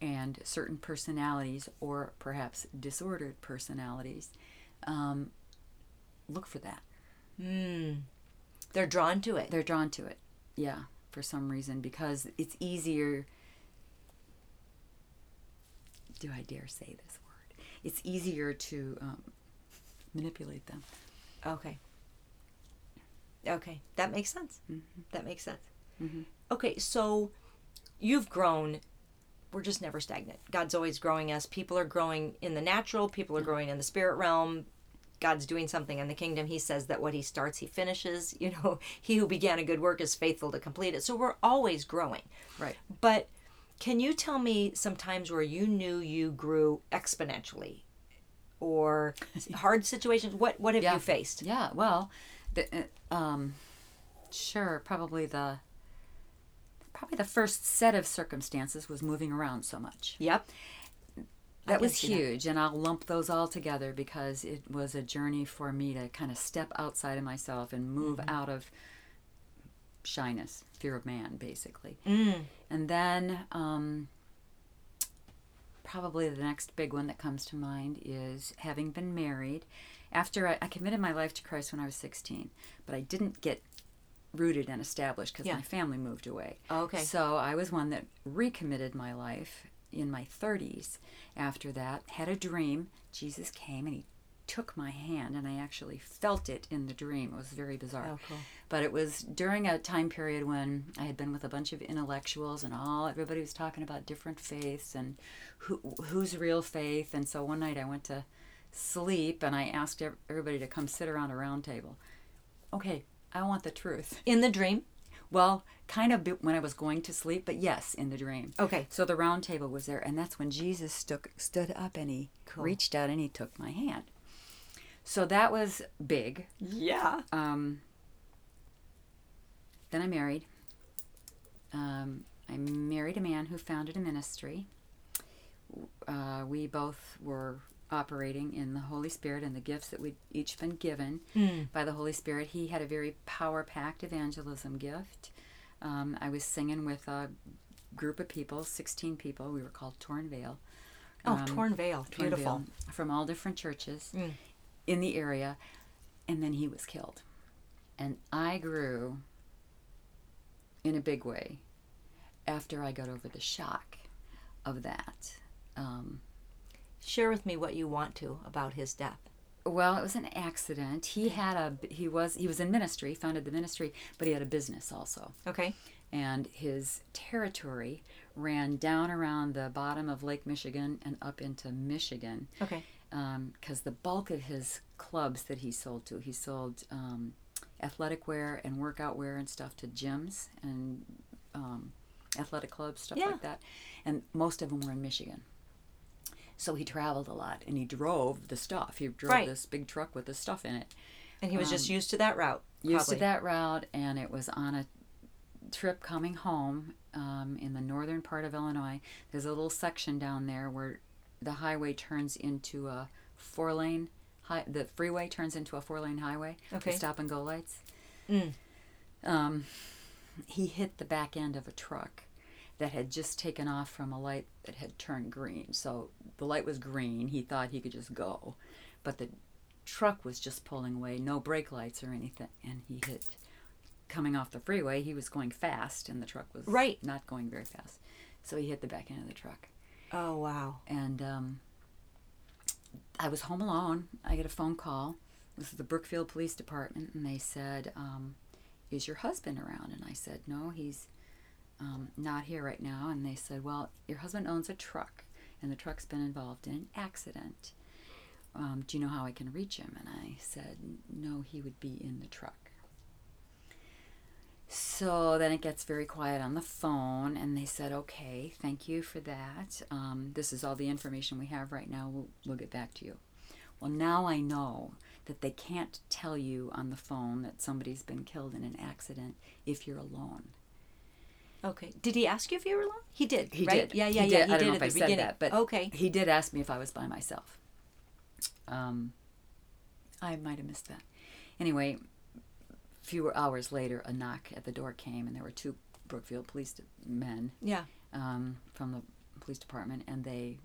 Speaker 2: and certain personalities or perhaps disordered personalities um, look for that.
Speaker 1: They're drawn to it.
Speaker 2: they're drawn to it yeah for some reason because it's easier do i dare say this word it's easier to um, manipulate them
Speaker 1: Okay. Okay, that makes sense.
Speaker 2: Mm-hmm.
Speaker 1: That makes sense. Okay, so you've grown. We're just never stagnant. God's always growing us. People are growing in the natural, people are
Speaker 2: Mm-hmm.
Speaker 1: growing in the spirit realm. God's doing something in the kingdom. He says that what he starts, he finishes. You know, he who began a good work is faithful to complete it. So we're always growing.
Speaker 2: right
Speaker 1: But can you tell me some times where you knew you grew exponentially or hard situations? What what have
Speaker 2: yeah
Speaker 1: you faced?
Speaker 2: yeah well the, uh, um, sure probably the probably the first set of circumstances was moving around so much
Speaker 1: Yep.
Speaker 2: that was
Speaker 1: see that.
Speaker 2: huge and i'll lump those all together because it was a journey for me to kind of step outside of myself and move
Speaker 1: Mm-hmm.
Speaker 2: out of shyness fear of man basically
Speaker 1: Mm.
Speaker 2: and then um, probably the next big one that comes to mind is having been married after I, I committed my life to christ when i was 16 but i didn't get rooted and established because
Speaker 1: Yeah.
Speaker 2: my family moved away
Speaker 1: Okay.
Speaker 2: so I was one that recommitted my life in my 30s after that. Had a dream. Jesus came and he took my hand, and I actually felt it in the dream. It was very bizarre.
Speaker 1: Oh, cool.
Speaker 2: But it was during a time period when I had been with a bunch of intellectuals, and all everybody was talking about different faiths and who, who's real faith. And so one night I went to sleep and I asked ev- everybody to come sit around a round table. Okay, I want the truth.
Speaker 1: In the dream?
Speaker 2: Well, kind of bit- when I was going to sleep, but yes, in the dream.
Speaker 1: Okay.
Speaker 2: So the round table was there, and that's when Jesus stood stood up and he reached out and he took my hand. So that was big.
Speaker 1: Yeah.
Speaker 2: Um, then I married. Um, I married a man who founded a ministry. uh, we both were operating in the Holy Spirit and the gifts that we'd each been given
Speaker 1: Hmm.
Speaker 2: by the Holy Spirit. He had a very power packed evangelism gift. Um, I was singing with a group of people, 16 people. We were called Torn Veil.
Speaker 1: Oh, torn veil,
Speaker 2: Um, Torn Veil,
Speaker 1: beautiful.
Speaker 2: From all different churches in the area. And then he was killed. And I grew in a big way after I got over the shock of that. Um,
Speaker 1: Share with me what you want to about his death.
Speaker 2: well, it was an accident. He had a he was he was in ministry, founded the ministry, but he had a business also.
Speaker 1: Okay.
Speaker 2: and his territory ran down around the bottom of Lake Michigan and up into Michigan.
Speaker 1: Okay.
Speaker 2: Because um, the bulk of his clubs that he sold to, he sold um, athletic wear and workout wear and stuff to gyms and um, athletic clubs, stuff
Speaker 1: Yeah.
Speaker 2: like that. And most of them were in Michigan. So he traveled a lot and he drove the stuff. He drove
Speaker 1: Right.
Speaker 2: this big truck with the stuff in it
Speaker 1: And he was just used to that route.
Speaker 2: Um, used to
Speaker 1: probably.
Speaker 2: that route, and it was on a trip coming home um, in the northern part of Illinois. There's a little section down there where the highway turns into a four lane. Hi- the freeway turns into a four lane highway. with
Speaker 1: Okay.
Speaker 2: Stop and go lights. Um, he hit the back end of a truck that had just taken off from a light that had turned green. So the light was green. He thought he could just go, but the truck was just pulling away, no brake lights or anything, and he hit. Coming off the freeway, he was going fast, and the truck was
Speaker 1: Right.
Speaker 2: not going very fast. So he hit the back end of the truck
Speaker 1: Oh, wow.
Speaker 2: and um, I was home alone. I get a phone call. This is the Brookfield Police Department, and they said, um, "Is your husband around?" And I said, "No, he's um, not here right now." And they said, "Well, your husband owns a truck, and the truck's been involved in an accident. Um, do you know how I can reach him?" And I said, "No, he would be in the truck." So then it gets very quiet on the phone, and they said, "Okay, thank you for that. Um, this is all the information we have right now. We'll, we'll get back to you." Well, now I know that they can't tell you on the phone that somebody's been killed in an accident if you're alone.
Speaker 1: Okay. Did he ask you if you were alone? He did.
Speaker 2: He
Speaker 1: right?
Speaker 2: did.
Speaker 1: Yeah, yeah,
Speaker 2: he
Speaker 1: yeah.
Speaker 2: Did.
Speaker 1: He
Speaker 2: I don't
Speaker 1: did
Speaker 2: know
Speaker 1: at
Speaker 2: if I
Speaker 1: the
Speaker 2: said
Speaker 1: beginning.
Speaker 2: that, but
Speaker 1: okay.
Speaker 2: he did ask me if I was by myself. Um, I might have missed that. Anyway, few hours later, a knock at the door came, and there were two Brookfield police d- men
Speaker 1: Yeah.
Speaker 2: um, from the police department, and they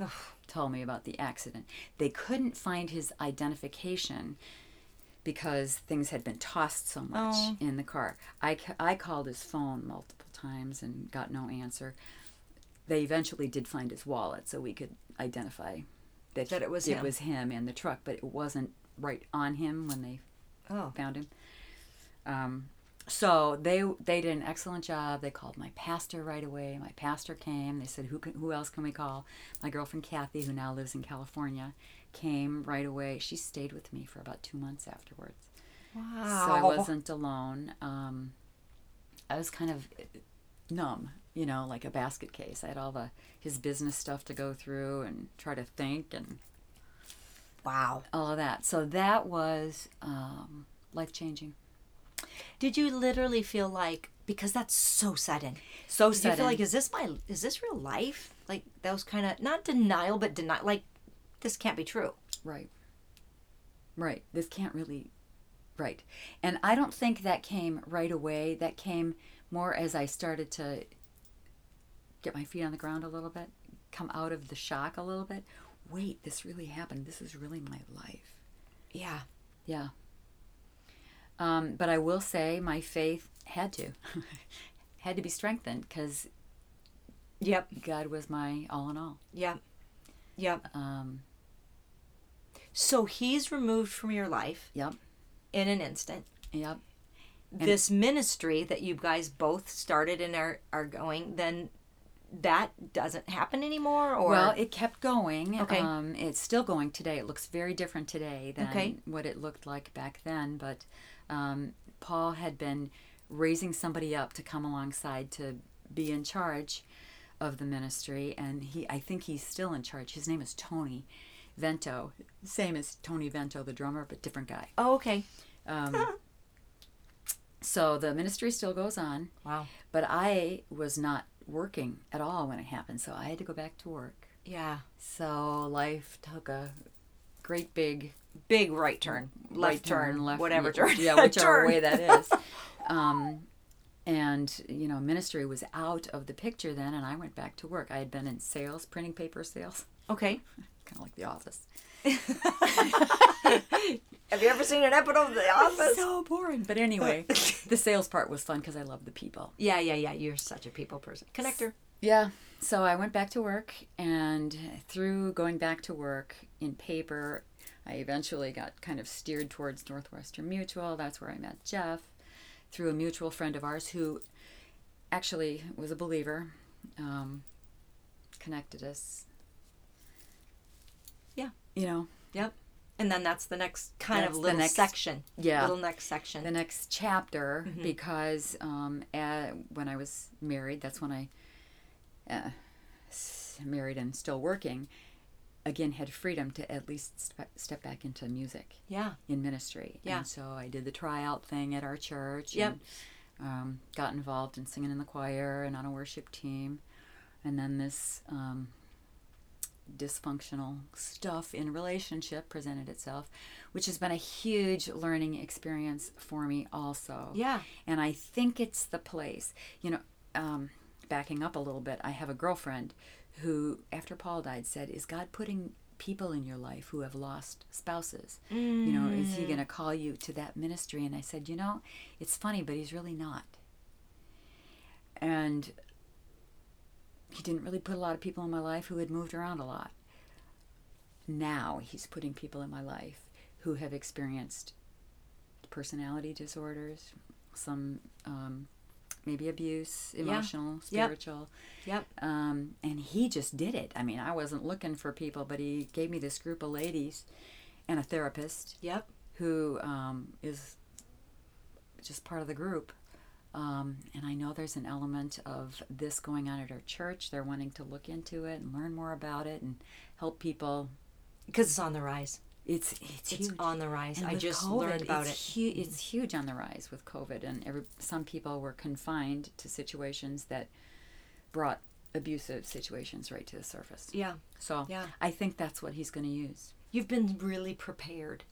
Speaker 1: Ugh.
Speaker 2: told me about the accident. They couldn't find his identification because things had been tossed so much
Speaker 1: Oh.
Speaker 2: in the car. I, ca- I called his phone multiple times and got no answer. They eventually did find his wallet, so we could identify that,
Speaker 1: That it was
Speaker 2: it
Speaker 1: him.
Speaker 2: was him in the truck, but it wasn't right on him when they
Speaker 1: Oh.
Speaker 2: found him. Um, so they they did an excellent job. They called my pastor right away. My pastor came. They said, "Who can, who else can we call?" My girlfriend Kathy, who now lives in California, came right away. She stayed with me for about two months afterwards,
Speaker 1: Wow.
Speaker 2: so I wasn't alone. Um, I was kind of eh, numb, you know, like a basket case. I had all the his business stuff to go through and try to think and
Speaker 1: Wow.
Speaker 2: all of that. So that was um, life changing.
Speaker 1: Did you literally feel like because that's so sudden?
Speaker 2: So
Speaker 1: Did you
Speaker 2: sudden.
Speaker 1: feel like is this my is this real life? Like that was kind of not denial, but deny like this can't be true.
Speaker 2: Right. Right. This can't really. Right. And I don't think that came right away. That came more as I started to get my feet on the ground a little bit, come out of the shock a little bit. Wait, this really happened. This is really my life.
Speaker 1: Yeah.
Speaker 2: Yeah. Um, but I will say my faith had to, had to be strengthened because
Speaker 1: Yep.
Speaker 2: God was my all in all.
Speaker 1: Yep. Yep.
Speaker 2: Um,
Speaker 1: So he's removed from your life
Speaker 2: yep.
Speaker 1: in an instant.
Speaker 2: Yep.
Speaker 1: this ministry that you guys both started and are are going, then that doesn't happen anymore. Or
Speaker 2: well it kept going
Speaker 1: Okay.
Speaker 2: um, it's still going today it looks very different today than
Speaker 1: Okay.
Speaker 2: what it looked like back then but um, paul had been raising somebody up to come alongside to be in charge of the ministry and he i think he's still in charge his name is tony vento same as tony vento the drummer but different guy
Speaker 1: oh, okay.
Speaker 2: so the ministry still goes on
Speaker 1: Wow.
Speaker 2: but I was not working at all when it happened, so I had to go back to work.
Speaker 1: Yeah.
Speaker 2: So life took a great big
Speaker 1: Big right turn, left
Speaker 2: right
Speaker 1: turn,
Speaker 2: left
Speaker 1: whatever
Speaker 2: yeah,
Speaker 1: turn.
Speaker 2: yeah, whichever
Speaker 1: turn.
Speaker 2: way that is. Um, and you know, ministry was out of the picture then, and I went back to work. I had been in sales, printing paper sales,
Speaker 1: Okay.
Speaker 2: kind of like The Office.
Speaker 1: Have you ever seen an episode of The Office?
Speaker 2: So boring, but anyway, the sales part was fun because I love the people.
Speaker 1: Yeah, yeah, yeah. You're such a people person. Connector.
Speaker 2: Yeah. So I went back to work, and through going back to work in paper, I eventually got kind of steered towards Northwestern Mutual. That's where I met Jeff through a mutual friend of ours who actually was a believer, um, connected us.
Speaker 1: Yeah.
Speaker 2: You know,
Speaker 1: Yep. And then that's the next kind
Speaker 2: That's
Speaker 1: of
Speaker 2: the
Speaker 1: little
Speaker 2: next-
Speaker 1: section.
Speaker 2: yeah.
Speaker 1: Little next section.
Speaker 2: the next chapter because um, a when I was married, that's when I uh, s- married and still working. Again, had freedom to at least step, step back into music
Speaker 1: yeah.
Speaker 2: in ministry.
Speaker 1: Yeah.
Speaker 2: And so I did the tryout thing at our church.
Speaker 1: Yep.
Speaker 2: And, um, got involved in singing in the choir and on a worship team, and then this um, dysfunctional stuff in relationship presented itself, which has been a huge learning experience for me also.
Speaker 1: Yeah.
Speaker 2: And I think it's the place, you know, um, backing up a little bit, I have a girlfriend who, after Paul died, said, Is God putting people in your life who have lost spouses? You know, is he going to call you to that ministry? And I said, You know, it's funny, but he's really not. And he didn't really put a lot of people in my life who had moved around a lot. Now he's putting people in my life who have experienced personality disorders, some um, maybe abuse, emotional,
Speaker 1: Yep.
Speaker 2: spiritual.
Speaker 1: Yep.
Speaker 2: Um, and he just did it. I mean, I wasn't looking for people, but he gave me this group of ladies and a therapist
Speaker 1: Yep.
Speaker 2: who um, is just part of the group. Um, and I know there's an element of this going on at our church. They're wanting to look into it and learn more about it and help people.
Speaker 1: Because it's on the rise.
Speaker 2: It's it's,
Speaker 1: It's
Speaker 2: huge.
Speaker 1: on the rise.
Speaker 2: And
Speaker 1: I
Speaker 2: with
Speaker 1: just
Speaker 2: COVID,
Speaker 1: learned about it.
Speaker 2: it's Hu- it's huge on the rise with COVID, and every, some people were confined to situations that brought abusive situations right to the surface.
Speaker 1: Yeah.
Speaker 2: So
Speaker 1: Yeah.
Speaker 2: I think that's what he's going to use.
Speaker 1: You've been really prepared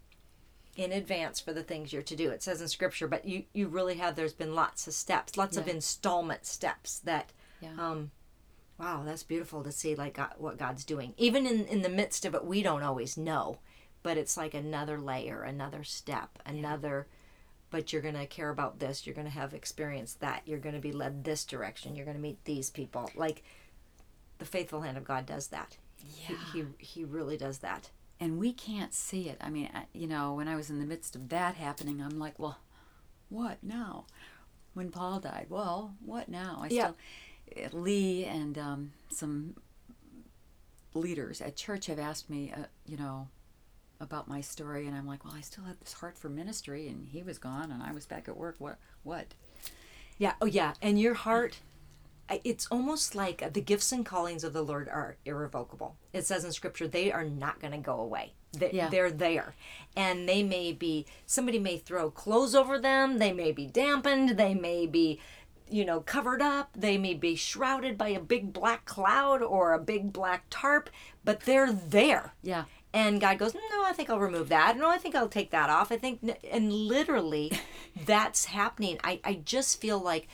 Speaker 1: in advance for the things you're to do. It says in scripture, but you, you really have. There's been lots of steps, lots of
Speaker 2: Yeah.
Speaker 1: installment steps that
Speaker 2: Yeah.
Speaker 1: um wow that's beautiful to see like God, what god's doing even in in the midst of it we don't always know but it's like another layer another step another but you're going to care about this you're going to have experienced that you're going to be led this direction you're going to meet these people like the faithful hand of god does that yeah. he, he he really does that
Speaker 2: and we can't see it. I mean, I, you know, when I was in the midst of that happening, I'm like, well, what now? When Paul died, well, what now? I
Speaker 1: Yeah.
Speaker 2: still uh, Lee and um, some leaders at church have asked me, uh, you know, about my story, and I'm like, well, I still have this heart for ministry, and he was gone, and I was back at work. What? What?
Speaker 1: Yeah. Oh, yeah. And your heart, I- it's almost like uh, the gifts and callings of the Lord are irrevocable. It says in Scripture, they are not going to go away. They,
Speaker 2: Yeah.
Speaker 1: They're there. And they may be, somebody may throw clothes over them. They may be dampened. They may be, you know, covered up. They may be shrouded by a big black cloud or a big black tarp, but they're there.
Speaker 2: Yeah.
Speaker 1: And God goes, No, I think I'll remove that. No, I think I'll take that off. I think, and literally, that's happening. I, I just feel like,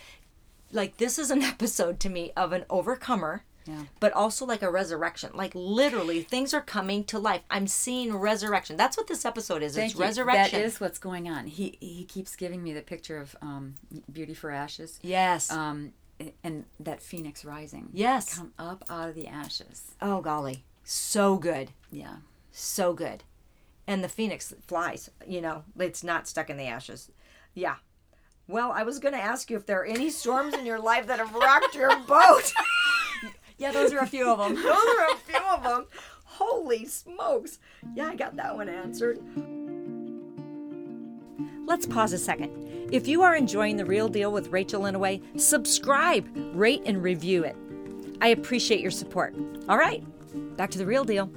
Speaker 1: like this is an episode to me of an overcomer,
Speaker 2: Yeah.
Speaker 1: but also like a resurrection. Like literally, things are coming to life. I'm seeing resurrection. That's what this episode is. it's
Speaker 2: Thank you.
Speaker 1: resurrection.
Speaker 2: That is what's going on. He he keeps giving me the picture of um, Beauty for Ashes.
Speaker 1: yes.
Speaker 2: um, and that phoenix rising.
Speaker 1: Uh, Yes.
Speaker 2: Come up out of the ashes.
Speaker 1: oh golly, so good,
Speaker 2: Yeah.
Speaker 1: so good. And the phoenix flies. You know, it's not stuck in the ashes. Yeah. Well, I was going to ask you if there are any storms in your life that have rocked your boat.
Speaker 2: Yeah, those are a few of them.
Speaker 1: Those are a few of them. Holy smokes. Yeah, I got that one answered. Let's pause a second. If you are enjoying The Real Deal with Rachel Linaway, subscribe, rate, and review it. I appreciate your support. All right, back to The Real Deal.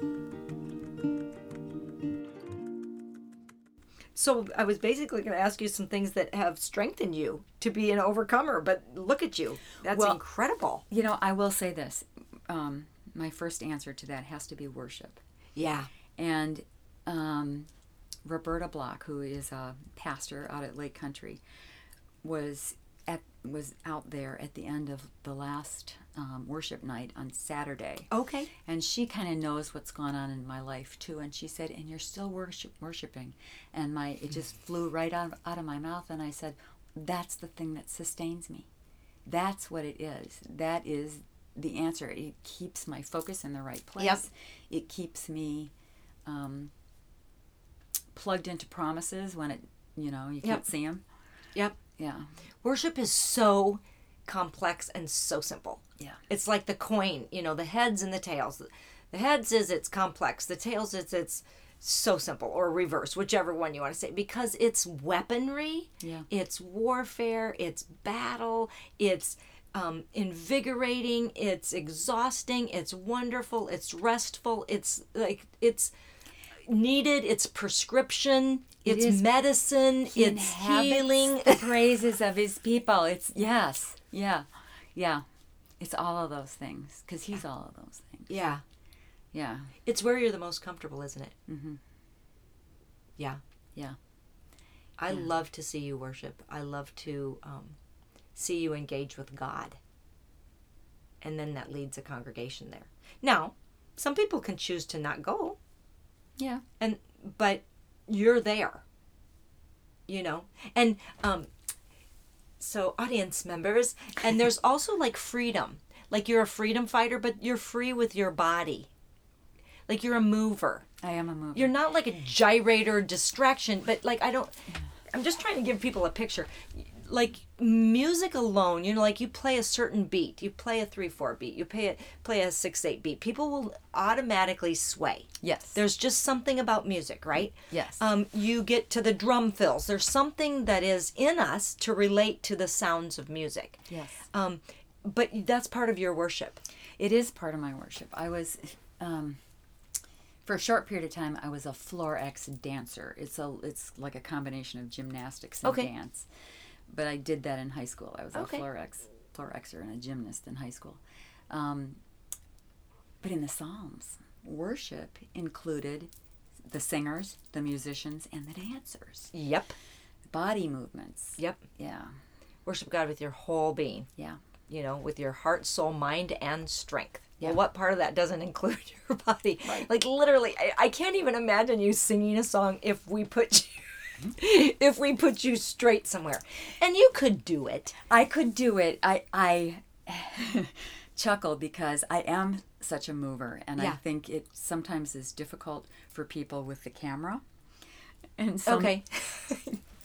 Speaker 1: So I was basically going to ask you some things that have strengthened you to be an overcomer, but look at you. That's
Speaker 2: Well-
Speaker 1: incredible.
Speaker 2: You know, I will say this. Um, my first answer to that has to be worship.
Speaker 1: Yeah.
Speaker 2: And um, Roberta Block, who is a pastor out at Lake Country, was at was out there at the end of the last um, worship night on Saturday.
Speaker 1: Okay.
Speaker 2: And she kind of knows what's gone on in my life too. And she said, "And you're still worship, worshiping," and my it just flew right out out of my mouth. And I said, "That's the thing that sustains me. That's what it is. That is the answer. It keeps my focus in the right place. It keeps me um, plugged into promises when it you know you can't
Speaker 1: Yep.
Speaker 2: see 'em.
Speaker 1: Yep.
Speaker 2: see them.
Speaker 1: Worship is so complex and so simple.
Speaker 2: Yeah, yeah,
Speaker 1: It's like the coin, you know, the heads and the tails. The heads is it's complex, the tails is it's so simple or reverse, whichever one you want to say, because it's weaponry,
Speaker 2: Yeah.
Speaker 1: it's warfare, it's battle, it's um, invigorating, it's exhausting, it's wonderful, it's restful, it's like it's needed, it's prescription, it's
Speaker 2: is.
Speaker 1: medicine,
Speaker 2: He
Speaker 1: it's
Speaker 2: inhabits
Speaker 1: healing.
Speaker 2: the praises of his people. It's yes, yeah, yeah. It's all of those things because he's all of those things.
Speaker 1: Yeah.
Speaker 2: Yeah,
Speaker 1: It's where you're the most comfortable, isn't it? Mm-hmm. Yeah.
Speaker 2: yeah.
Speaker 1: I love to see you worship. I love to um, see you engage with God. And then that leads a congregation there. Now, some people can choose to not go,
Speaker 2: Yeah.
Speaker 1: and but you're there. You know, and um, so audience members, and there's also like freedom. Like you're a freedom fighter, but you're free with your body. Like you're a mover
Speaker 2: I am a mover.
Speaker 1: you're not like a gyrator distraction but like i don't i'm just trying to give people a picture like music alone you know like you play a certain beat you play a 3-4 beat you play a, play a 6-8 beat people will automatically sway
Speaker 2: yes.
Speaker 1: there's just something about music right
Speaker 2: Yes.
Speaker 1: um, you get to the drum fills there's something that is in us to relate to the sounds of music
Speaker 2: yes.
Speaker 1: um, but that's part of your worship
Speaker 2: It is part of my worship. I was, um, for a short period of time, I was a floor X dancer. It's a, it's like a combination of gymnastics and
Speaker 1: Okay.
Speaker 2: dance. But I did that in high school. I was
Speaker 1: Okay.
Speaker 2: a floor X, floor Xer and a gymnast in high school. Um, but in the Psalms, worship included the singers, the musicians, and the dancers.
Speaker 1: yep
Speaker 2: Body movements.
Speaker 1: yep
Speaker 2: Yeah,
Speaker 1: worship god with your whole being
Speaker 2: yeah.
Speaker 1: you know, with your heart, soul, mind, and strength.
Speaker 2: Yeah.
Speaker 1: Well, what part of that doesn't include your body? Like literally, I, I can't even imagine you singing a song if we put you, if we put you straight somewhere, and you could do it.
Speaker 2: I could do it. I I chuckle because I am such a mover, and I
Speaker 1: Yeah.
Speaker 2: think it sometimes is difficult for people with the camera. And some,
Speaker 1: okay.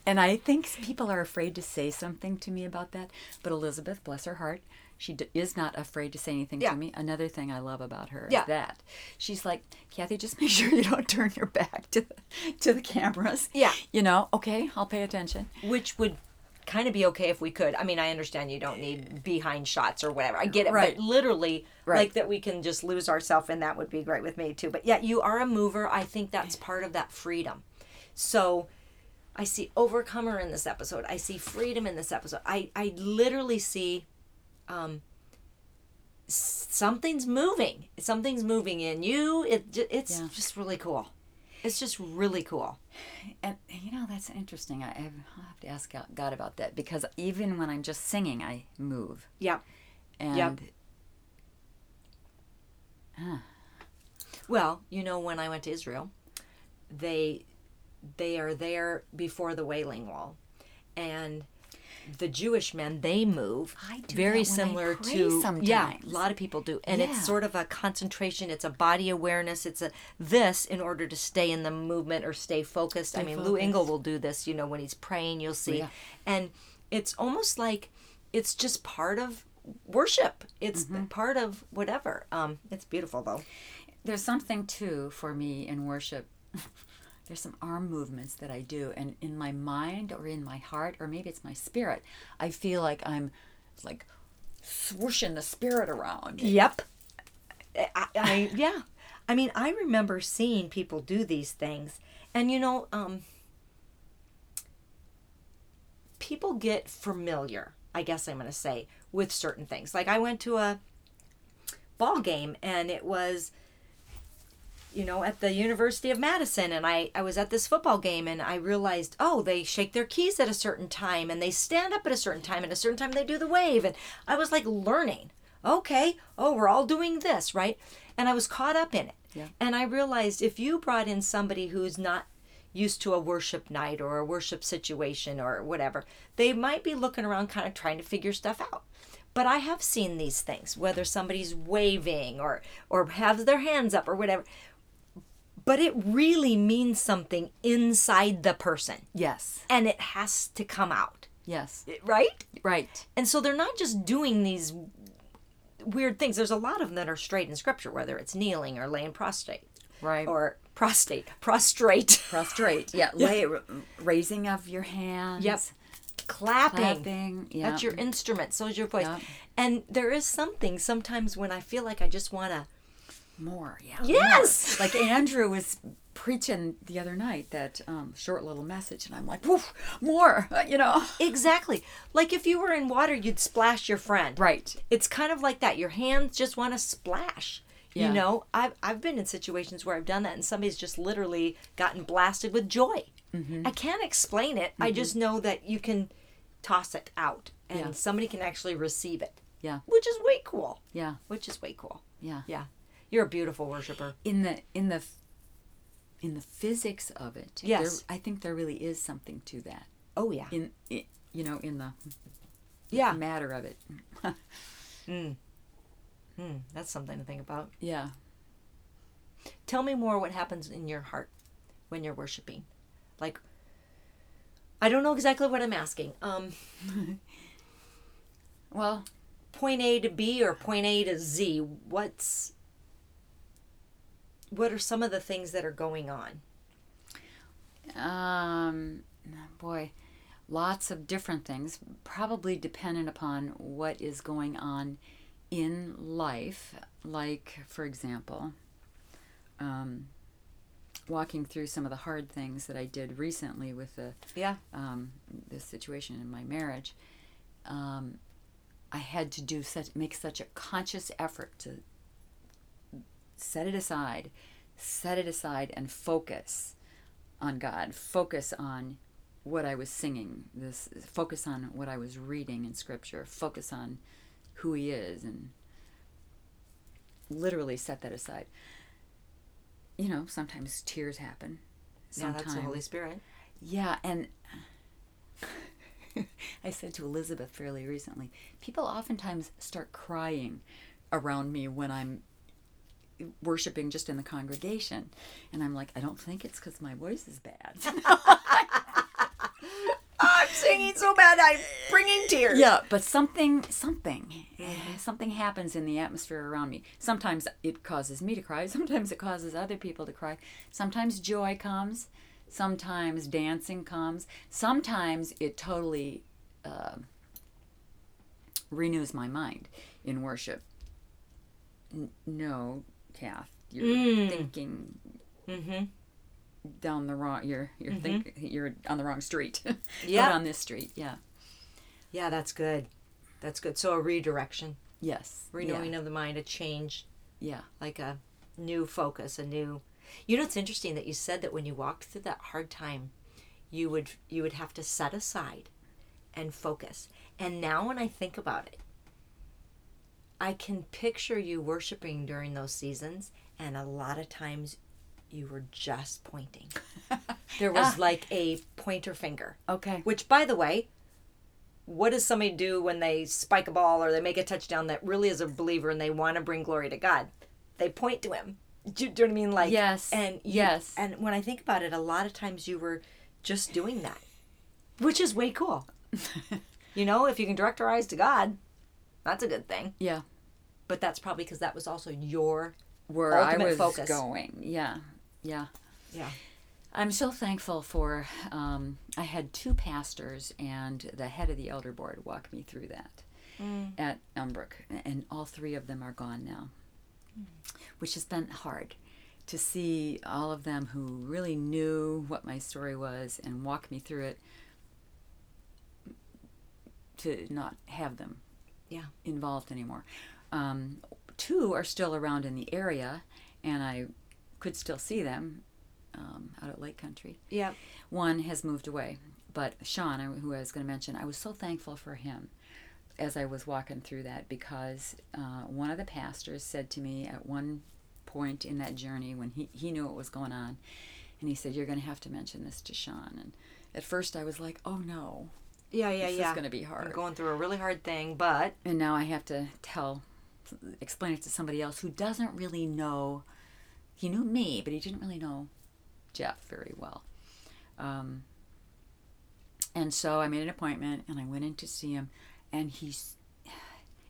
Speaker 2: and I think people are afraid to say something to me about that. But Elizabeth, bless her heart, she d- is not afraid to say anything
Speaker 1: Yeah.
Speaker 2: to me. Another thing I love about her
Speaker 1: Yeah.
Speaker 2: is that she's like, Kathy, just make sure you don't turn your back to the, to the cameras.
Speaker 1: Yeah.
Speaker 2: you know, okay, I'll pay attention.
Speaker 1: Which would kind of be okay if we could. I mean, I understand you don't need behind shots or whatever. I get it.
Speaker 2: Right.
Speaker 1: But literally,
Speaker 2: Right.
Speaker 1: like that we can just lose ourselves, and that would be great with me too. But yeah, you are a mover. I think that's part of that freedom. So I see overcomer in this episode. I see freedom in this episode. I, I literally see um, s- something's moving. Something's moving in you. It, j- it's
Speaker 2: Yeah.
Speaker 1: just really cool. It's just really cool.
Speaker 2: And you know that's interesting. I I have, I'll have to ask out- God about that because even when I'm just singing, I move.
Speaker 1: Yeah.
Speaker 2: And
Speaker 1: Well, you know, when I went to Israel, they they are there before the Wailing Wall, and the Jewish men they move
Speaker 2: I do
Speaker 1: very
Speaker 2: that when I
Speaker 1: similar
Speaker 2: pray
Speaker 1: to yeah, a
Speaker 2: sometimes.
Speaker 1: lot of people do, and
Speaker 2: Yeah.
Speaker 1: it's sort of a concentration. It's a body awareness. It's a this in order to stay in the movement or stay focused. I mean, Lou
Speaker 2: focused.
Speaker 1: Engle will do this. You know, when he's praying, you'll see,
Speaker 2: Yeah.
Speaker 1: and it's almost like it's just part of worship. It's
Speaker 2: Mm-hmm.
Speaker 1: part of whatever. Um, it's beautiful though.
Speaker 2: there's something too for me in worship. there's some arm movements that I do, and in my mind or in my heart or maybe it's my spirit, I feel like I'm like swooshing the spirit around.
Speaker 1: Yep. I, I yeah. I mean, I remember seeing people do these things, and you know, um, people get familiar, I guess I'm going to say, with certain things. Like I went to a ball game and it was you know at the university of madison and I, I was at this football game and i realized oh they shake their keys at a certain time and they stand up at a certain time and a certain time they do the wave and i was like learning okay oh we're all doing this right and i was caught up in it
Speaker 2: Yeah.
Speaker 1: and i realized if you brought in somebody who's not used to a worship night or a worship situation or whatever they might be looking around kind of trying to figure stuff out but i have seen these things whether somebody's waving or or has their hands up or whatever but it really means something inside the person
Speaker 2: Yes.
Speaker 1: and it has to come out
Speaker 2: Yes.
Speaker 1: right
Speaker 2: Right.
Speaker 1: and so they're not just doing these weird things there's a lot of them that are straight in scripture whether it's kneeling or laying prostrate
Speaker 2: Right.
Speaker 1: or prostate prostrate
Speaker 2: prostrate. Yeah. Lay, raising of your hands.
Speaker 1: Yep. clapping,
Speaker 2: Clapping. Yeah.
Speaker 1: that's your instrument so is your voice
Speaker 2: Yep.
Speaker 1: and there is something sometimes when i feel like i just want to
Speaker 2: more. Yeah.
Speaker 1: yes
Speaker 2: like Andrew was preaching the other night that um, short little message, and I'm like, woof, more, uh, you know.
Speaker 1: exactly like if you were in water you'd splash your friend
Speaker 2: Right.
Speaker 1: it's kind of like that. Your hands just want to splash.
Speaker 2: Yeah.
Speaker 1: You know, I've I've been in situations where I've done that, and somebody's just literally gotten blasted with joy. I can't explain it. I just know that you can toss it out, and
Speaker 2: Yeah.
Speaker 1: somebody can actually receive it,
Speaker 2: Yeah.
Speaker 1: which is way cool.
Speaker 2: Yeah.
Speaker 1: Which is way cool.
Speaker 2: Yeah.
Speaker 1: Yeah, you're a beautiful worshiper.
Speaker 2: In the in the in the physics of it.
Speaker 1: Yes.
Speaker 2: There, I think there really is something to that.
Speaker 1: Oh yeah.
Speaker 2: In, i you know, in the
Speaker 1: Yeah.
Speaker 2: matter of it.
Speaker 1: Mm, that's something to think about.
Speaker 2: yeah.
Speaker 1: Tell me more what happens in your heart when you're worshiping. Like I don't know exactly what I'm asking. Um
Speaker 2: Well,
Speaker 1: point A to B or point A to Z, what's what are some of the things that are going on?
Speaker 2: Um, boy, lots of different things, probably dependent upon what is going on in life. Like, for example, um, walking through some of the hard things that I did recently with the
Speaker 1: Yeah.
Speaker 2: um, this situation in my marriage, um, I had to do such make such a conscious effort to set it aside, set it aside, and focus on God. Focus on what I was singing. This focus on what I was reading in Scripture. Focus on who He is, and literally set that aside. You know, sometimes tears happen.
Speaker 1: Yeah,
Speaker 2: Sometimes
Speaker 1: that's the Holy Spirit.
Speaker 2: yeah, and I said to Elizabeth fairly recently, people oftentimes start crying around me when I'm worshiping just in the congregation. And I'm like, I don't think it's because my voice is bad.
Speaker 1: I'm singing so bad I'm bringing tears.
Speaker 2: yeah, but something, something, eh,
Speaker 1: Mm-hmm.
Speaker 2: something happens in the atmosphere around me. Sometimes it causes me to cry. Sometimes it causes other people to cry. Sometimes joy comes. Sometimes dancing comes. Sometimes it totally uh, renews my mind in worship. N- no, Kath, you're
Speaker 1: Mm.
Speaker 2: thinking
Speaker 1: Mm-hmm.
Speaker 2: down the wrong. You're you're think you're on the wrong street.
Speaker 1: Yeah.
Speaker 2: not on this street. Yeah.
Speaker 1: Yeah, that's good. That's good. So a redirection,
Speaker 2: Yes.
Speaker 1: renewing
Speaker 2: Yeah.
Speaker 1: of the mind, a change,
Speaker 2: yeah.
Speaker 1: like a new focus, a new You know it's interesting that you said that when you walked through that hard time, you would you would have to set aside and focus. And now when I think about it, I can picture you worshiping during those seasons and a lot of times you were just pointing. There was like a pointer finger.
Speaker 2: Okay.
Speaker 1: Which, by the way, what does somebody do when they spike a ball or they make a touchdown that really is a believer and they want to bring glory to God? They point to Him. Do you, do you know what I mean? Like
Speaker 2: Yes,
Speaker 1: and you-
Speaker 2: yes.
Speaker 1: And when I think about it, a lot of times you were just doing that, which is way cool. you know, if you can direct our eyes to God, that's a good thing.
Speaker 2: Yeah.
Speaker 1: But that's probably because that was also your
Speaker 2: Where
Speaker 1: Ultimate
Speaker 2: I was
Speaker 1: focus.
Speaker 2: going. Yeah. Yeah.
Speaker 1: yeah
Speaker 2: I'm so thankful for. Um, I had two pastors and the head of the elder board walk me through that at Elmbrook, and all three of them are gone now, Mm. which has been hard to see all of them who really knew what my story was and walked me through it to not have them
Speaker 1: Yeah.
Speaker 2: involved anymore. Um, two are still around in the area, and I could still see them um, out at Lake Country.
Speaker 1: Yeah.
Speaker 2: One has moved away, but Sean, I- who I was going to mention, I was so thankful for him as I was walking through that because uh, one of the pastors said to me at one point in that journey when he, he knew what was going on, and he said, You're going to have to mention this to Sean. And at first I was like, Oh no,
Speaker 1: Yeah. Yeah.
Speaker 2: this
Speaker 1: yeah.
Speaker 2: is going to be
Speaker 1: I'm
Speaker 2: hard.
Speaker 1: going through a really hard thing, but
Speaker 2: and now I have to tell, explain it to somebody else who doesn't really know. He knew me, but he didn't really know Jeff very well. Um, and so I made an appointment, and I went in to see him, and he's.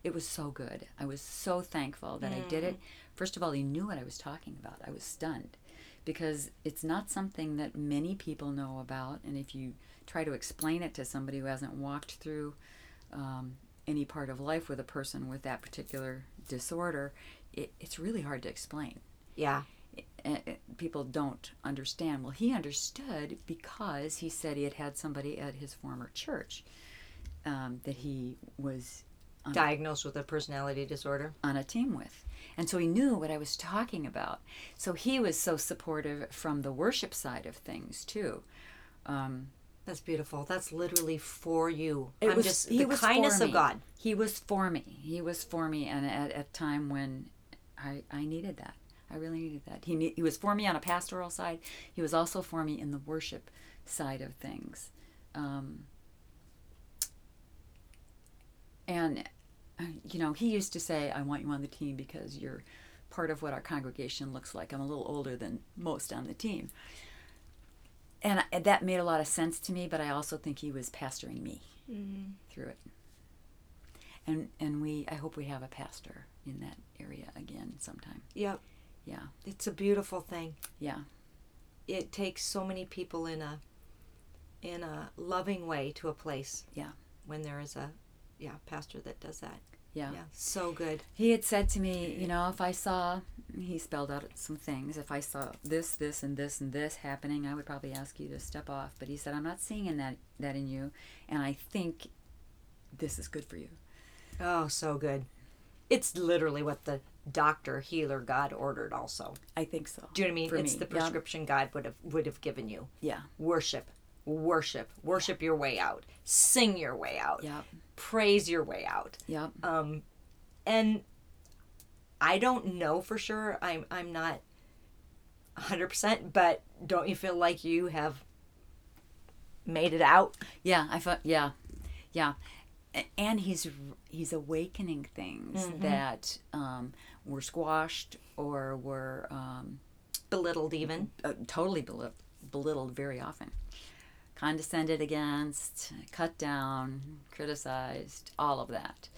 Speaker 2: It was so good. I was so thankful that I did it. First of all, he knew what I was talking about. I was stunned because it's not something that many people know about. And if you try to explain it to somebody who hasn't walked through um, any part of life with a person with that particular disorder, it, it's really hard to explain.
Speaker 1: yeah.
Speaker 2: Eh, eh, People don't understand. Well, he understood because he said he had had somebody at his former church um, that he was
Speaker 1: Uh-huh. Diagnosed with a personality disorder.
Speaker 2: on a team with. And so he knew what I was talking about. So he was so supportive from the worship side of things, too. Um,
Speaker 1: That's beautiful. That's literally for you.
Speaker 2: it
Speaker 1: I'm
Speaker 2: was
Speaker 1: just
Speaker 2: he
Speaker 1: the
Speaker 2: was
Speaker 1: kindness
Speaker 2: for
Speaker 1: of
Speaker 2: me.
Speaker 1: God.
Speaker 2: He was for me. He was for me, and at at a time when I I needed that. I really needed that. He ne- he was for me on a pastoral side. He was also for me in the worship side of things. Um, and uh, you know, he used to say, "I want you on the team because you're part of what our congregation looks like." I'm a little older than most on the team. And I- that made a lot of sense to me, but I also think he was pastoring me
Speaker 1: Mm-hmm.
Speaker 2: through it. And and we I hope we have a pastor in that area again sometime.
Speaker 1: Yep.
Speaker 2: Yeah.
Speaker 1: It's a beautiful thing.
Speaker 2: Yeah.
Speaker 1: It takes so many people in a in a loving way to a place.
Speaker 2: Yeah.
Speaker 1: When there is a yeah, pastor that does that.
Speaker 2: Yeah.
Speaker 1: Yeah. So good.
Speaker 2: He had said to me, you know, if I saw he spelled out some things, if I saw this, this and this and this happening, I would probably ask you to step off. But he said, I'm not seeing in that that in you and I think this is good for you.
Speaker 1: Oh, so good. It's literally what the doctor, healer, God ordered also.
Speaker 2: I think so.
Speaker 1: Do you know what I mean?
Speaker 2: For
Speaker 1: it's
Speaker 2: me,
Speaker 1: the
Speaker 2: yeah.
Speaker 1: prescription God would have would have given you.
Speaker 2: Yeah.
Speaker 1: Worship. Worship. Worship your way out. Sing your way out.
Speaker 2: Yep.
Speaker 1: Praise your way out.
Speaker 2: Yep.
Speaker 1: Um and I don't know for sure. I'm I'm not 100%, but don't you feel like you have made it out?
Speaker 2: Yeah, I thought. Yeah, yeah, A- and he's he's awakening things that um, were squashed or were um,
Speaker 1: Belittled even.
Speaker 2: uh, totally beli- belittled very often, condescended against, cut down, criticized, all of that,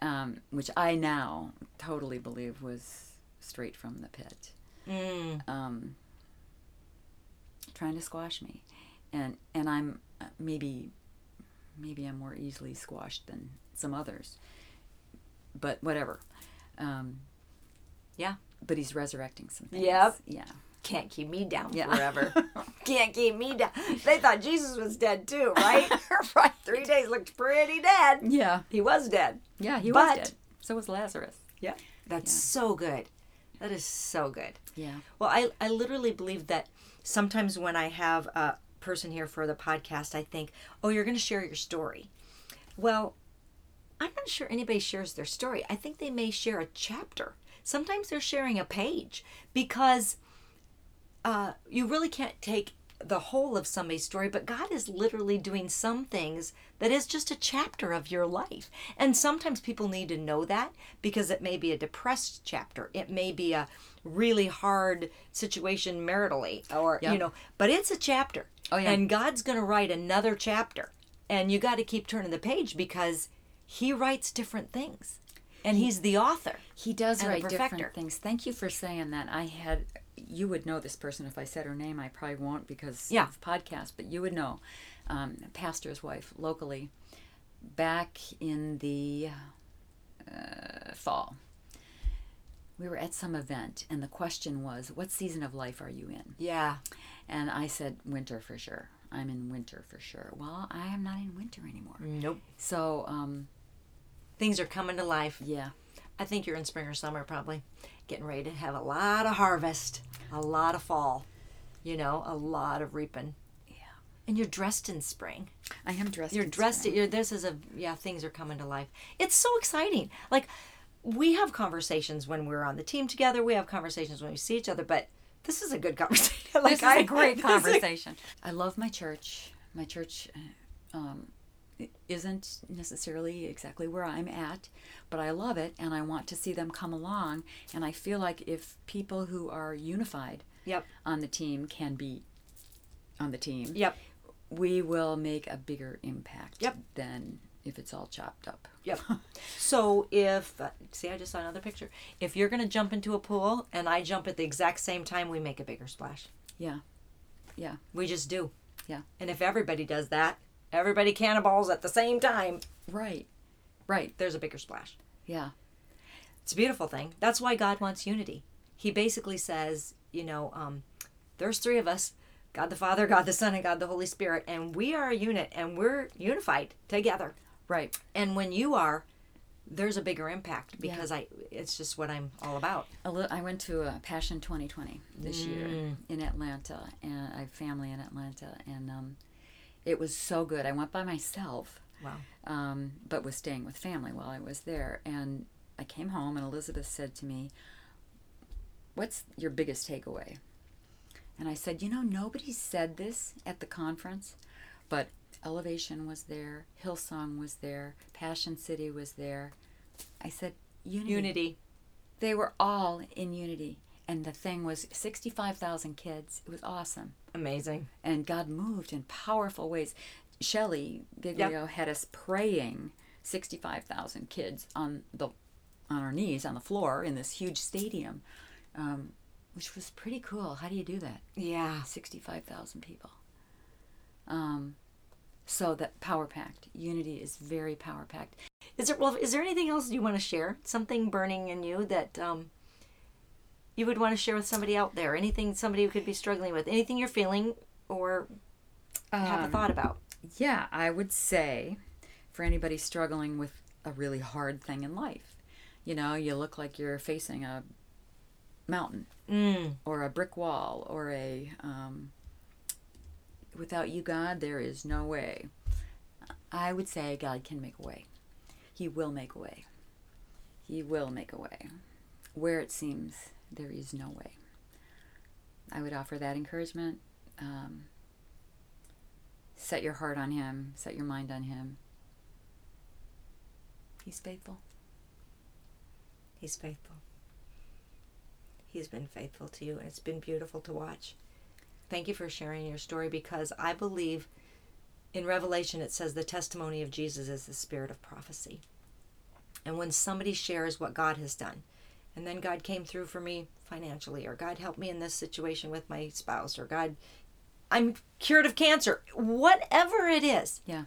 Speaker 2: um, which I now totally believe was straight from the pit
Speaker 1: Mm.
Speaker 2: um, trying to squash me, and and I'm uh, maybe maybe I'm more easily squashed than some others, but whatever. Um,
Speaker 1: Yeah.
Speaker 2: but he's resurrecting some things.
Speaker 1: Yep.
Speaker 2: Yeah.
Speaker 1: Can't keep me down
Speaker 2: Yeah.
Speaker 1: forever. Can't keep me down. They thought Jesus was dead too, right?
Speaker 2: right.
Speaker 1: Three days looked pretty dead.
Speaker 2: Yeah.
Speaker 1: He was dead.
Speaker 2: Yeah. He
Speaker 1: But-
Speaker 2: was dead. So was Lazarus.
Speaker 1: Yeah. That's so good. That is so good.
Speaker 2: Yeah.
Speaker 1: Well, I, I literally believe that sometimes when I have a person here for the podcast, I think, oh, you're going to share your story. Well, I'm not sure anybody shares their story. I think they may share a chapter. Sometimes they're sharing a page because uh, you really can't take the whole of somebody's story, but God is literally doing some things that is just a chapter of your life. And sometimes people need to know that because it may be a depressed chapter, it may be a really hard situation maritally, or,
Speaker 2: Yeah.
Speaker 1: you know, but it's a chapter.
Speaker 2: Oh, yeah.
Speaker 1: And God's going to write another chapter. And you got to keep turning the page because He writes different things. And He's the author.
Speaker 2: He does
Speaker 1: and a
Speaker 2: write
Speaker 1: perfecter.
Speaker 2: different things. Thank you for saying that. I had you would know this person if I said her name. I probably won't because
Speaker 1: Yeah.
Speaker 2: of podcast, but you would know. Um, a pastor's wife locally, back in the uh, fall, we were at some event, and the question was, "What season of life are you in?"
Speaker 1: Yeah.
Speaker 2: And I said, "Winter for sure." I'm in winter for sure. Well, I am not in winter anymore.
Speaker 1: Nope.
Speaker 2: So, um,
Speaker 1: Things are coming to life.
Speaker 2: yeah,
Speaker 1: I think you're in spring or summer probably. Getting ready to have a lot of harvest, a lot of fall, you know, a lot of reaping.
Speaker 2: yeah,
Speaker 1: And you're dressed in spring.
Speaker 2: I am dressed.
Speaker 1: You're
Speaker 2: in
Speaker 1: dressed.
Speaker 2: spring.
Speaker 1: You're, this is a yeah. Things are coming to life. It's so exciting. Like we have conversations when we're on the team together. We have conversations when we see each other. But this is a good conversation. like
Speaker 2: This is
Speaker 1: I-
Speaker 2: a great
Speaker 1: this is a-
Speaker 2: conversation. I love my church. My church uh, um, i- isn't necessarily exactly where I'm at, but I love it and I want to see them come along. And I feel like if people who are unified
Speaker 1: Yep.
Speaker 2: on the team can be on the team,
Speaker 1: Yep.
Speaker 2: we will make a bigger impact
Speaker 1: Yep.
Speaker 2: than if it's all chopped up.
Speaker 1: Yep. So if uh, see, I just saw another picture. If you're gonna jump into a pool and I jump at the exact same time, we make a bigger splash.
Speaker 2: Yeah. Yeah.
Speaker 1: We just do.
Speaker 2: Yeah.
Speaker 1: And if everybody does that, everybody cannonballs at the same time.
Speaker 2: Right. Right.
Speaker 1: There's a bigger splash.
Speaker 2: Yeah.
Speaker 1: It's a beautiful thing. That's why God wants unity. He basically says, you know, um, there's three of us God the Father, God the Son, and God the Holy Spirit, and we are a unit and we're unified together.
Speaker 2: Right.
Speaker 1: And when you are, there's a bigger impact because I it's just what I'm all about.
Speaker 2: A li- I went to uh, Passion 2020 this year in Atlanta, and I have family in Atlanta, and um, it was so good. I went by myself,
Speaker 1: Wow.
Speaker 2: um, but was staying with family while I was there. And I came home, and Elizabeth said to me, "What's your biggest takeaway?" And I said, "You know, nobody said this at the conference, but Elevation was there, Hillsong was there, Passion City was there." I said,
Speaker 1: Unity.
Speaker 2: they were all in unity. And the thing was 65,000 kids. It was awesome.
Speaker 1: Amazing.
Speaker 2: And God moved in powerful ways. Shelley Giglio had us praying 65,000 kids on the on our knees on the floor in this huge stadium, um, which was pretty cool. How do you do that?
Speaker 1: Yeah.
Speaker 2: 65,000 people. Um, so that power packed. Unity is very power packed.
Speaker 1: Is there well is there anything else you want to share? Something burning in you that um you would want to share with somebody out there? Anything somebody who could be struggling with? Anything you're feeling or have a thought about?
Speaker 2: Yeah, I would say for anybody struggling with a really hard thing in life, you know, you look like you're facing a mountain
Speaker 1: Mm.
Speaker 2: or a brick wall or a um, without you, God, there is no way. I would say God can make a way. He will make a way. He will make a way. Where it seems there is no way. I would offer that encouragement. Um, set your heart on Him, set your mind on Him. He's faithful.
Speaker 1: He's faithful. He's been faithful to you, and it's been beautiful to watch. Thank you for sharing your story because I believe in Revelation it says the testimony of Jesus is the spirit of prophecy. And when somebody shares what God has done, and then God came through for me financially, or God helped me in this situation with my spouse, or God, I'm cured of cancer, whatever it is,
Speaker 2: Yeah.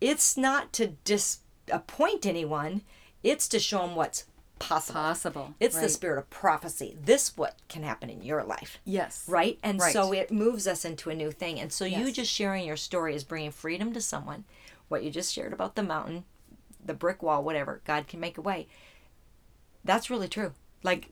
Speaker 1: it's not to disappoint anyone, it's to show them what's possible.
Speaker 2: Possible.
Speaker 1: It's the
Speaker 2: Right.
Speaker 1: spirit of prophecy. This what can happen in your life,
Speaker 2: Yes.
Speaker 1: right? And
Speaker 2: Right.
Speaker 1: so it moves us into a new thing. And so you
Speaker 2: Yes.
Speaker 1: just sharing your story is bringing freedom to someone. What you just shared about the mountain, the brick wall, whatever, God can make a way. That's really true. Like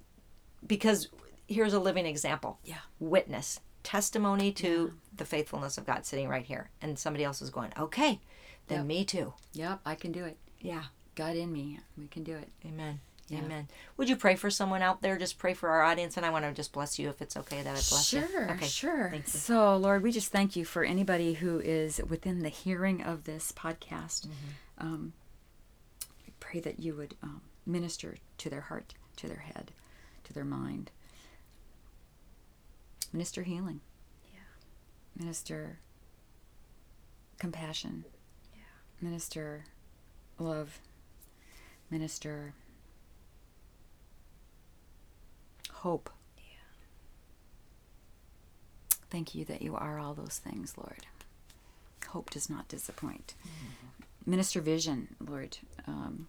Speaker 1: because here's a living example.
Speaker 2: Yeah.
Speaker 1: Witness, testimony to the faithfulness of God sitting right here and somebody else is going, "Okay, then
Speaker 2: Yep.
Speaker 1: me too."
Speaker 2: Yep, I can do it.
Speaker 1: Yeah.
Speaker 2: God in me, we can do it.
Speaker 1: Amen.
Speaker 2: Yeah.
Speaker 1: Amen. Would you pray for someone out there? Just pray for our audience, and I want to just bless you if it's okay that I bless you.
Speaker 2: Sure,
Speaker 1: Okay.
Speaker 2: sure.
Speaker 1: Thank you.
Speaker 2: So, Lord, we just thank you for anybody who is within the hearing of this podcast.
Speaker 1: Mm-hmm.
Speaker 2: Um, I pray that you would um, minister to their heart, to their head, to their mind. Minister healing. Yeah. Minister compassion. Yeah. Minister love. Minister hope. Thank you that you are all those things, Lord. Hope does not disappoint.
Speaker 1: Mm-hmm.
Speaker 2: Minister vision, Lord. Um,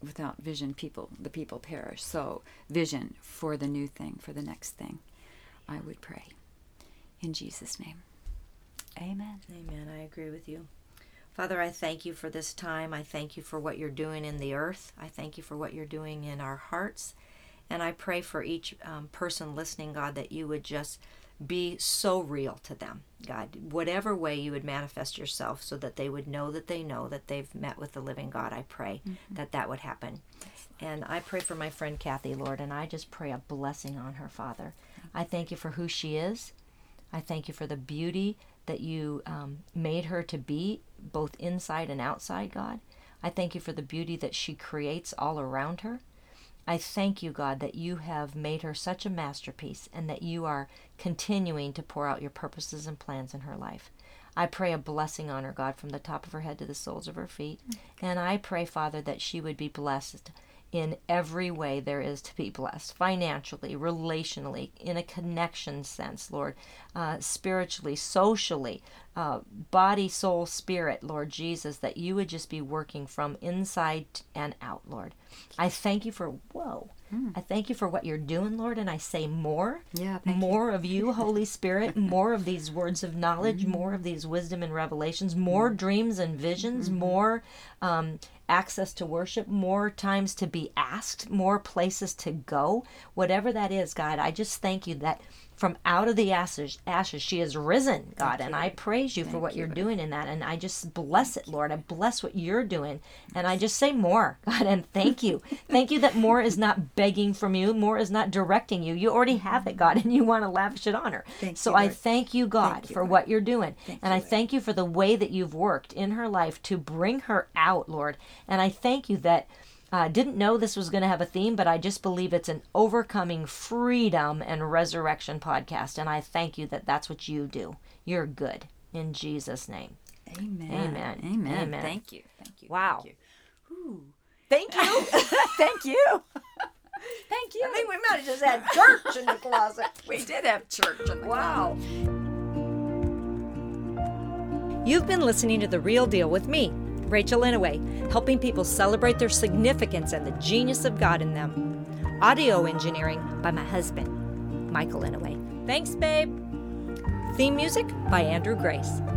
Speaker 2: without vision, people the people perish. So vision for the new thing, for the next thing. I would pray in Jesus' name. Amen.
Speaker 1: Amen. I agree with you. Father, I thank you for this time. I thank you for what you're doing in the earth. I thank you for what you're doing in our hearts. And I pray for each um, person listening, God, that you would just be so real to them, God, whatever way you would manifest yourself so that they would know that they know that they've met with the living God. I pray that that would happen. And I pray for my friend Kathy, Lord, and I just pray a blessing on her, Father. I thank you for who she is. I thank you for the beauty that you um, made her to be, both inside and outside, God. I thank you for the beauty that she creates all around her. I thank you, God, that you have made her such a masterpiece and that you are continuing to pour out your purposes and plans in her life. I pray a blessing on her, God, from the top of her head to the soles of her feet. And I pray, Father, that she would be blessed in every way there is to be blessed financially, relationally, in a connection sense, Lord, uh, spiritually, socially, uh, body, soul, spirit, Lord Jesus, that you would just be working from inside and out, Lord. I thank you for, whoa, I thank you for what you're doing, Lord, and I say more.
Speaker 2: Yeah, thank you.
Speaker 1: More of you, Holy Spirit, more of these words of knowledge,
Speaker 2: Mm-hmm.
Speaker 1: more of these wisdom and revelations, more dreams and visions,
Speaker 2: Mm-hmm.
Speaker 1: more um, access to worship, more times to be asked, more places to go. Whatever that is, God, I just thank you that from out of the ashes, ashes she is risen, God, and I praise you for what you're doing in that, and I just bless it, Lord. I bless what you're doing, and I just say more, God, and thank you, thank you that more is not begging from you, more is not directing you. You already have it, God, and you want to lavish it on her.
Speaker 3: Thank
Speaker 1: so
Speaker 3: you,
Speaker 1: I
Speaker 3: Lord.
Speaker 1: thank you, God, for what you're doing, and I thank you for the way that you've worked in her life to bring her out, Lord, and I thank you that. Uh, didn't know this was going to have a theme, but I just believe it's an overcoming freedom and resurrection podcast. And I thank you that that's what you do. You're good. In Jesus' name.
Speaker 2: Amen.
Speaker 1: Amen.
Speaker 2: Amen.
Speaker 1: Amen.
Speaker 2: Thank you. Thank you.
Speaker 1: Wow.
Speaker 2: Thank you. Ooh.
Speaker 3: Thank you.
Speaker 2: Thank you. Thank you.
Speaker 1: I think we might have just had church in the closet.
Speaker 2: we did have church in the
Speaker 1: Wow. You've been listening to The Real Deal with me, Rachel Inouye, helping people celebrate their significance and the genius of God in them. Audio engineering by my husband, Michael Inouye. Thanks, babe. Theme music by Andrew Grace.